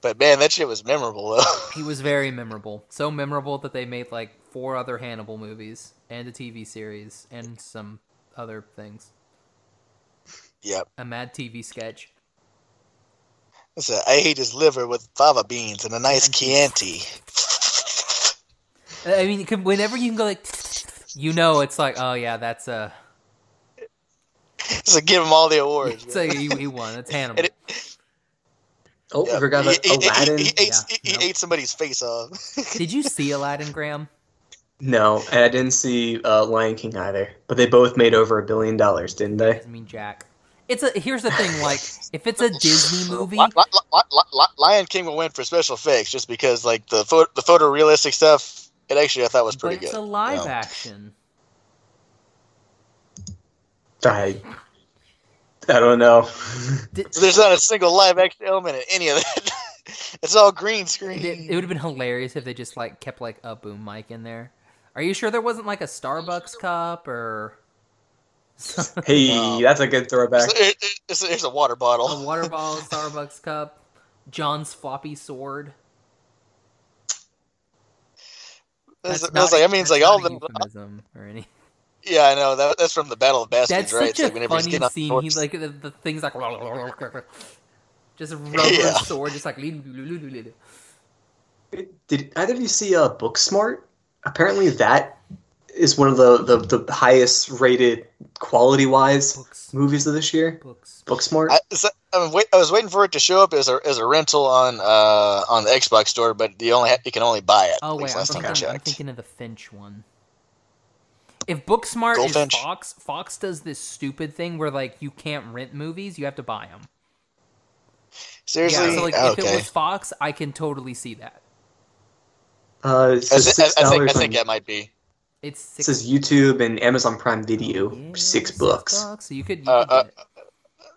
but man, that shit was memorable though. he was very memorable, so memorable that they made like four other Hannibal movies and a TV series and some other things, yep. a Mad TV sketch. It's a, I ate his liver with fava beans and a nice Chianti. I mean, you can- whenever you can go like, you know, it's like, oh yeah, that's a, So give him all the awards. it's man. a he, he won. That's Hannibal. And it- Oh, Yeah. we forgot about He- he- he- Aladdin. He, ate, Yeah, he, he no. ate somebody's face off. Did you see Aladdin, Graham? No, and I didn't see uh, Lion King either. But they both made over a billion dollars, didn't they? I mean Jack. It's a here's the thing, like if it's a Disney movie, Li- li- li- li- li- Lion King will win for special effects just because like the photo, the photorealistic stuff. It actually I thought was but pretty it's good. a live Yeah. action. I, I don't know. Did- So there's not a single live action element in any of that. it's all green screen. did- it would have been hilarious if they just like kept like a boom mic in there. Are you sure there wasn't like a Starbucks cup or a hey, Wow. that's a good throwback. So it- it- it's- There's a water bottle. water bottle Starbucks cup? John's floppy sword. That's, That's that's not- like, I mean, it's that's like all not a the euphemism or any. yeah, I know that, that's from the Battle of Bastards, That's right? such It's a like whenever he's funny getting on the scene. horse. He like the, the things like just a rubber Yeah. sword, just like Did either of you see uh, Booksmart? Apparently, that is one of the, the, the highest rated quality wise Books. movies of this year. Books. Booksmart. I, so- I'm wait, I was waiting for it to show up as a as a rental on uh on the Xbox store, but you only ha- you can only buy it. Oh at least wait, I'm last time I thinking, I'm checked. thinking of the Finch one. If Booksmart Goldfinch. is Fox, Fox does this stupid thing where like you can't rent movies, you have to buy them. Seriously, Yeah, so like Oh, if okay. it was Fox, I can totally see that. Uh, it I, says thi- I- six I think I dollars. think It that might be. It's six, says YouTube and Amazon Prime Video. yeah, six bucks. So you could, you Uh, could get it.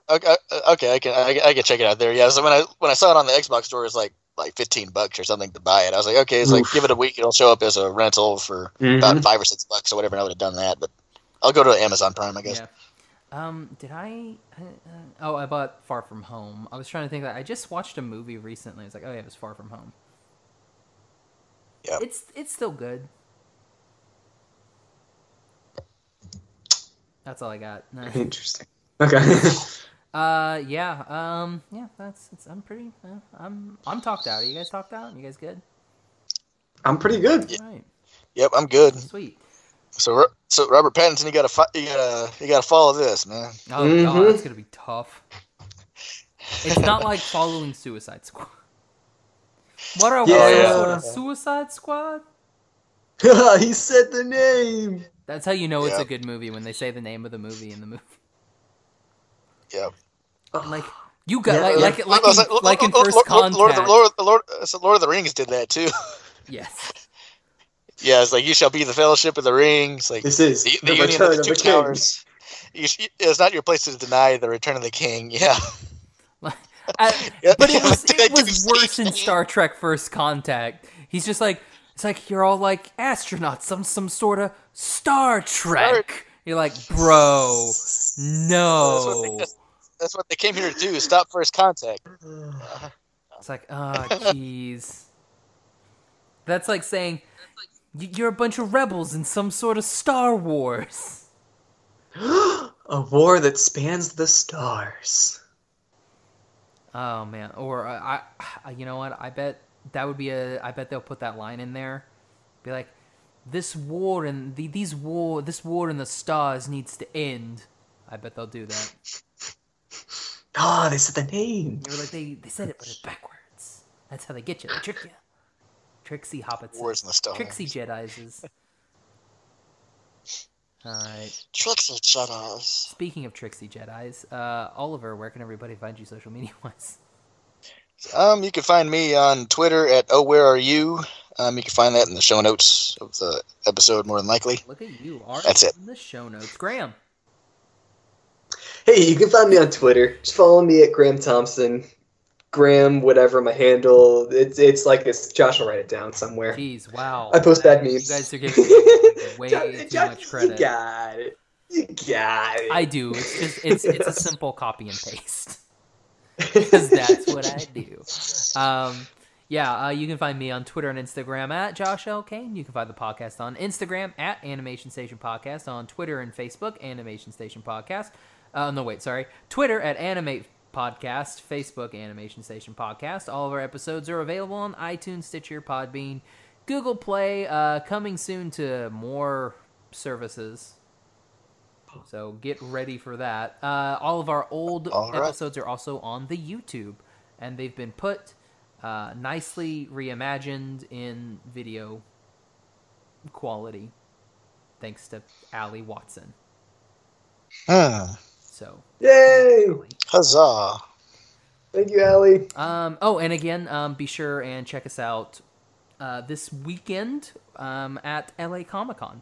Okay, uh, okay, I can I, I can check it out there. Yeah, so when I when I saw it on the Xbox store, it's like like fifteen bucks or something to buy it. I was like, okay, it's like Oof. give it a week, it'll show up as a rental for Mhm. about five or six bucks or whatever. And I would have done that, but I'll go to Amazon Prime, I guess. Yeah. Um, did I? Uh, oh, I bought Far From Home. I was trying to think that I just watched a movie recently. It's like, oh yeah, it was Far From Home. Yeah. It's it's still good. That's all I got. No. Interesting. Okay. Uh, yeah. Um, yeah. That's. It's, I'm pretty. Uh, I'm. I'm talked out. Are you guys talked out? You guys good? I'm pretty good. All right. Yep, I'm good. Sweet. So Ro- so Robert Pattinson, you gotta fi- you gotta you gotta follow this, man. Oh god, Mm-hmm. Mhm. that's gonna be tough. It's not like following Suicide Squad. What are we Yeah. following? Suicide Squad? he said the name. That's how you know it's Yeah. a good movie when they say the name of the movie in the movie. Yep. Like you got Yeah, yeah. like, like I like was in, like in Lord- First Lord- Contact. Lord, of the, Lord, the Lord, so Lord of the Rings did that too. Yes. yeah, it's like you shall be the Fellowship of the Rings, like This is the, the, the Union return of of the Two the king. Towers. You sh- it's not your place to deny the Return of the King. Yeah, I- Yeah. Uh, but it was Did it I do was the worse same in thing? Star Trek First Contact. He's just like it's like you're all like astronauts, some some sort of Star Trek. You're like, bro, no. That's that's what they came here to do. Stop First Contact. It's like, oh, jeez. That's like saying "Y- you're a bunch of rebels in some sort of Star Wars. A war that spans the stars. Oh man, or uh, I, I, you know what? I bet that would be a. I bet they'll put that line in there. Be like, this war and the, these war, this war in the stars needs to end. I bet they'll do that. Ah, they said the name. They were like they, they said it, but it's backwards. That's how they get you. They trick you. Trixie Hobbits. Wars in the Stars. Trixie Jedi's. is- All right. Trixie Jedi's. Speaking of Trixie Jedi's, uh, Oliver, where can everybody find you social media wise? Um, you can find me on Twitter at Oh Where Are You. Um, you can find that in the show notes of the episode, more than likely. Look at you, are That's it. in the show notes. Graham. Hey, you can find me on Twitter. Just follow me at Graham Thompson. Graham, whatever my handle. It's it's like this. Josh will write it down somewhere. Jeez, wow. I post bad memes. You guys are giving me way Josh- too Josh, much credit. You got it. You got it. I do. It's just it's it's a simple copy and paste. Because that's what I do. Um, yeah, uh, you can find me on Twitter and Instagram at Josh L. Kane. You can find the podcast on Instagram at Animation Station Podcast, on Twitter and Facebook, Animation Station Podcast. Uh, no, wait, sorry. Twitter at Animate Podcast, Facebook, Animation Station Podcast. All of our episodes are available on iTunes, Stitcher, Podbean, Google Play, uh, coming soon to more services. So get ready for that. Uh, all of our old All right. episodes are also on the YouTube, and they've been put uh, nicely reimagined in video quality, thanks to Allie Watson. Hmm. So, Yay! Allie. Huzzah. Thank you, Allie. Um, oh, and again, um, be sure and check us out uh, this weekend um, at LA Comic Con.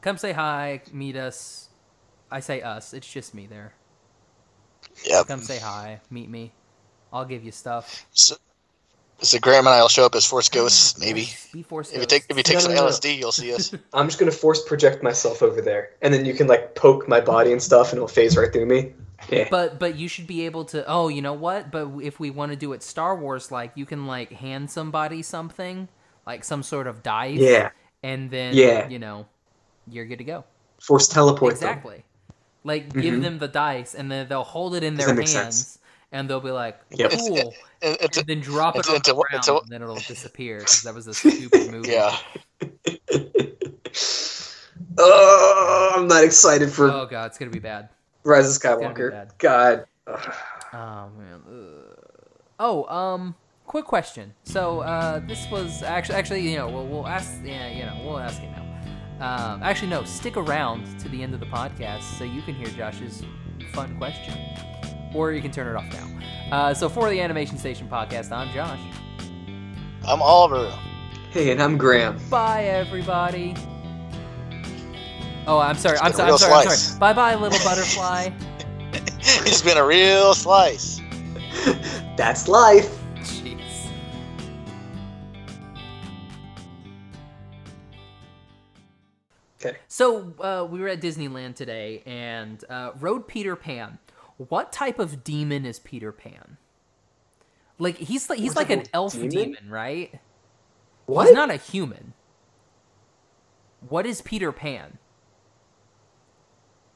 Come say hi, meet us. I say us, it's just me there. Yep. Come say hi, meet me. I'll give you stuff. So, so Graham and I will show up as Ah, Force Ghosts, maybe. Yes, Be forced. If you take if you take No, some no, no. LSD, you'll see us. I'm just gonna force project myself over there, and then you can like poke my body and stuff, and it'll phase right through me. Yeah. But but you should be able to. Oh, you know what? But if we want to do it Star Wars like, you can like hand somebody something, like some sort of dice. yeah. And then Yeah. you know, you're good to go. Force teleport. them. Exactly. Like give them the dice and then they'll hold it in their that Mm-hmm. make hands sense? and they'll be like, Yep. "Cool," It- it's and then drop it it's- on it's the a- ground, it's a- and then it'll disappear because that was a stupid movie. yeah. Oh, I'm not excited for Oh god, it's gonna be bad. Rise of gonna be Skywalker. bad. God. Oh man. Ugh. Oh, um, quick question. So, uh, this was actually, actually, you know, we'll, we'll ask, yeah, you know, we'll ask it now. Um, actually, no, stick around to the end of the podcast so you can hear Josh's fun question, or you can turn it off now. Uh, so for the Animation Station podcast, I'm Josh. I'm Oliver. Hey, and I'm Graham. Bye, everybody. Oh, I'm sorry. I'm, It's so, been a I'm real sorry. I'm slice. sorry. Bye, bye, little butterfly. It's been a real slice. That's life. Jeez. Okay. So uh, we were at Disneyland today and uh, rode Peter Pan. What type of demon is Peter Pan? Like he's like he's like What type an of elf demon, demon? right? What? He's not a human. What is Peter Pan?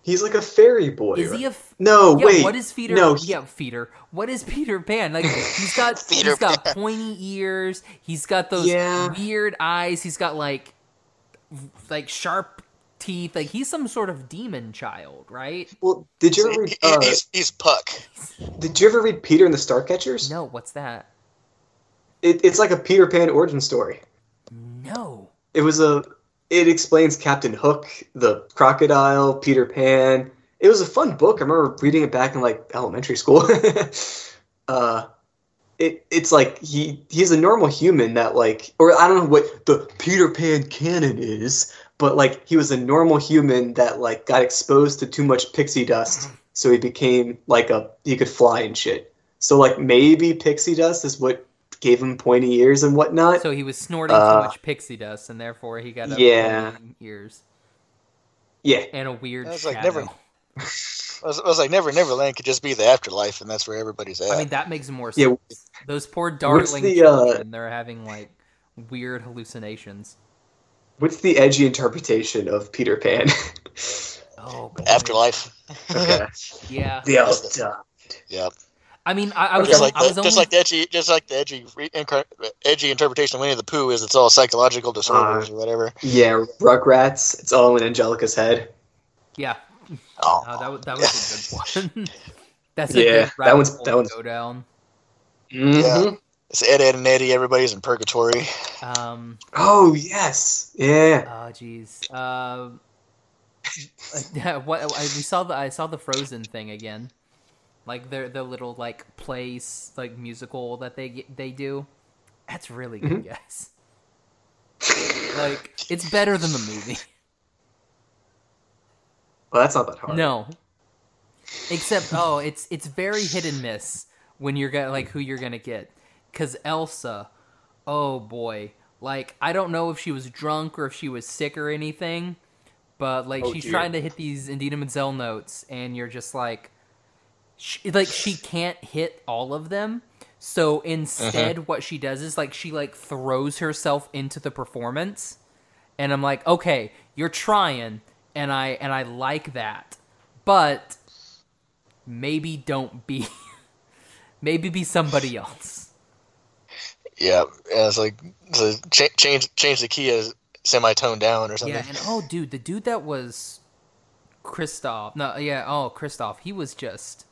He's like a fairy boy. Is he right? a f- No, yeah, wait. What is Peter? No, he- yeah, Peter. What is Peter Pan? Like he's got Peter he's got pointy ears. He's got those Yeah. weird eyes. He's got like v- like sharp teeth. Like he's some sort of demon child, right? Well, did you ever He- read, he- uh, he's, he's Puck. did you ever read Peter and the Starcatchers? No, what's that? It, it's like a Peter Pan origin story. No. It was a. It explains Captain Hook, the crocodile, Peter Pan. It was a fun book. I remember reading it back in like elementary school. uh, it it's like he he's a normal human that like, or I don't know what the Peter Pan canon is, but like he was a normal human that like got exposed to too much pixie dust, so he became like a he could fly and shit. So like maybe pixie dust is what gave him pointy ears and whatnot. So he was snorting Uh, too much pixie dust, and therefore he got a Yeah. pointy ears yeah. and a weird. That's like shadow. never- I was, I was like, Never Neverland could just be the afterlife, and that's where everybody's at. I mean, that makes more Yeah, sense. Those poor darling the, uh, children, they're having like weird hallucinations. What's the edgy interpretation of Peter Pan? Oh, boy. afterlife. okay. Yeah. The elf done. Yep. I mean, I, I was, Just only- like, I was the, only just like the edgy, just like the edgy, re- incar- edgy interpretation of Winnie the Pooh is it's all psychological disorders or whatever. Yeah, Rugrats. It's all in Angelica's head. yeah. Oh, Uh, that was that was a good one. That's a Yeah, good that rabbit one's- hole that to one's- go down. Mm-hmm. Mhm. it's Ed, Ed, and Eddie. Everybody's in purgatory. Um. Oh yes. Yeah. Oh, jeez. Um. yeah, what I, we saw the I saw the Frozen thing again, like their their little like place like musical that they they do. That's really good, guys. Like it's better than the movie. Well, that's not that hard. No. Except oh, it's it's very hit and miss when you're gonna like who you're gonna get. Cause Elsa, oh boy. Like I don't know if she was drunk or if she was sick or anything, but like Oh, she's dear. trying to hit these Indina Menzel notes and you're just like she, like she can't hit all of them. So instead Uh-huh. what she does is like she like throws herself into the performance and I'm like, okay, you're trying, and I and I like that, but maybe don't be, maybe be somebody else. Yeah, yeah it's like so ch- change change the key as semitone down or something. Yeah, and oh, dude, the dude that was Kristoff, no, yeah, oh, Kristoff, he was just,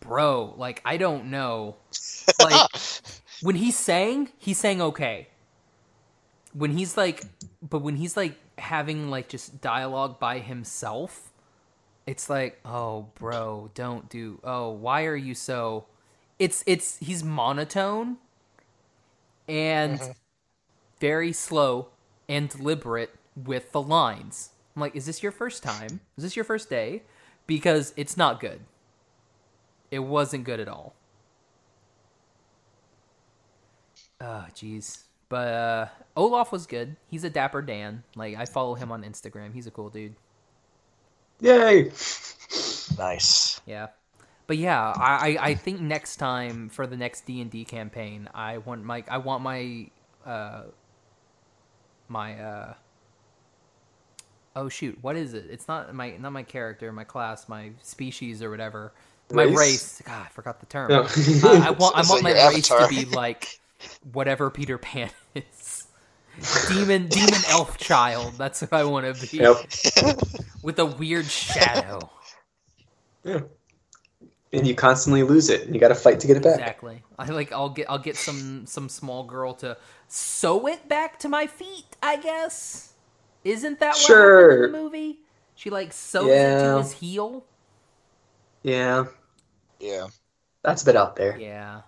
bro, like I don't know, like when he sang, he sang okay. When he's like, but when he's like having like just dialogue by himself, it's like, oh, bro, don't do. Oh, why are you so? It's it's he's monotone and very slow and deliberate with the lines. I'm like, is this your first time? Is this your first day? Because it's not good. It wasn't good at all. Oh, jeez. But uh, Olaf was good. He's a dapper Dan. Like I follow him on Instagram. He's a cool dude. Yay. Nice. Yeah. But yeah, I, I I think next time for the next D and D campaign, I want my I want my uh my uh oh shoot, what is it? It's not my not my character, my class, my species or whatever. my Race? race. God, I forgot the term. Uh, No. I want, I It's want like my your race avatar. to be like whatever Peter Pan is. Demon, demon elf child. That's what I want to be. Yep. With a weird shadow. And you constantly lose it, and you got to fight to get it back. Exactly. I like. I'll get. I'll get some some small girl to sew it back to my feet. I guess. Isn't that what happened Sure. in the movie? She like sews it to Yeah. his heel. Yeah, Yeah. that's a bit out there. Yeah.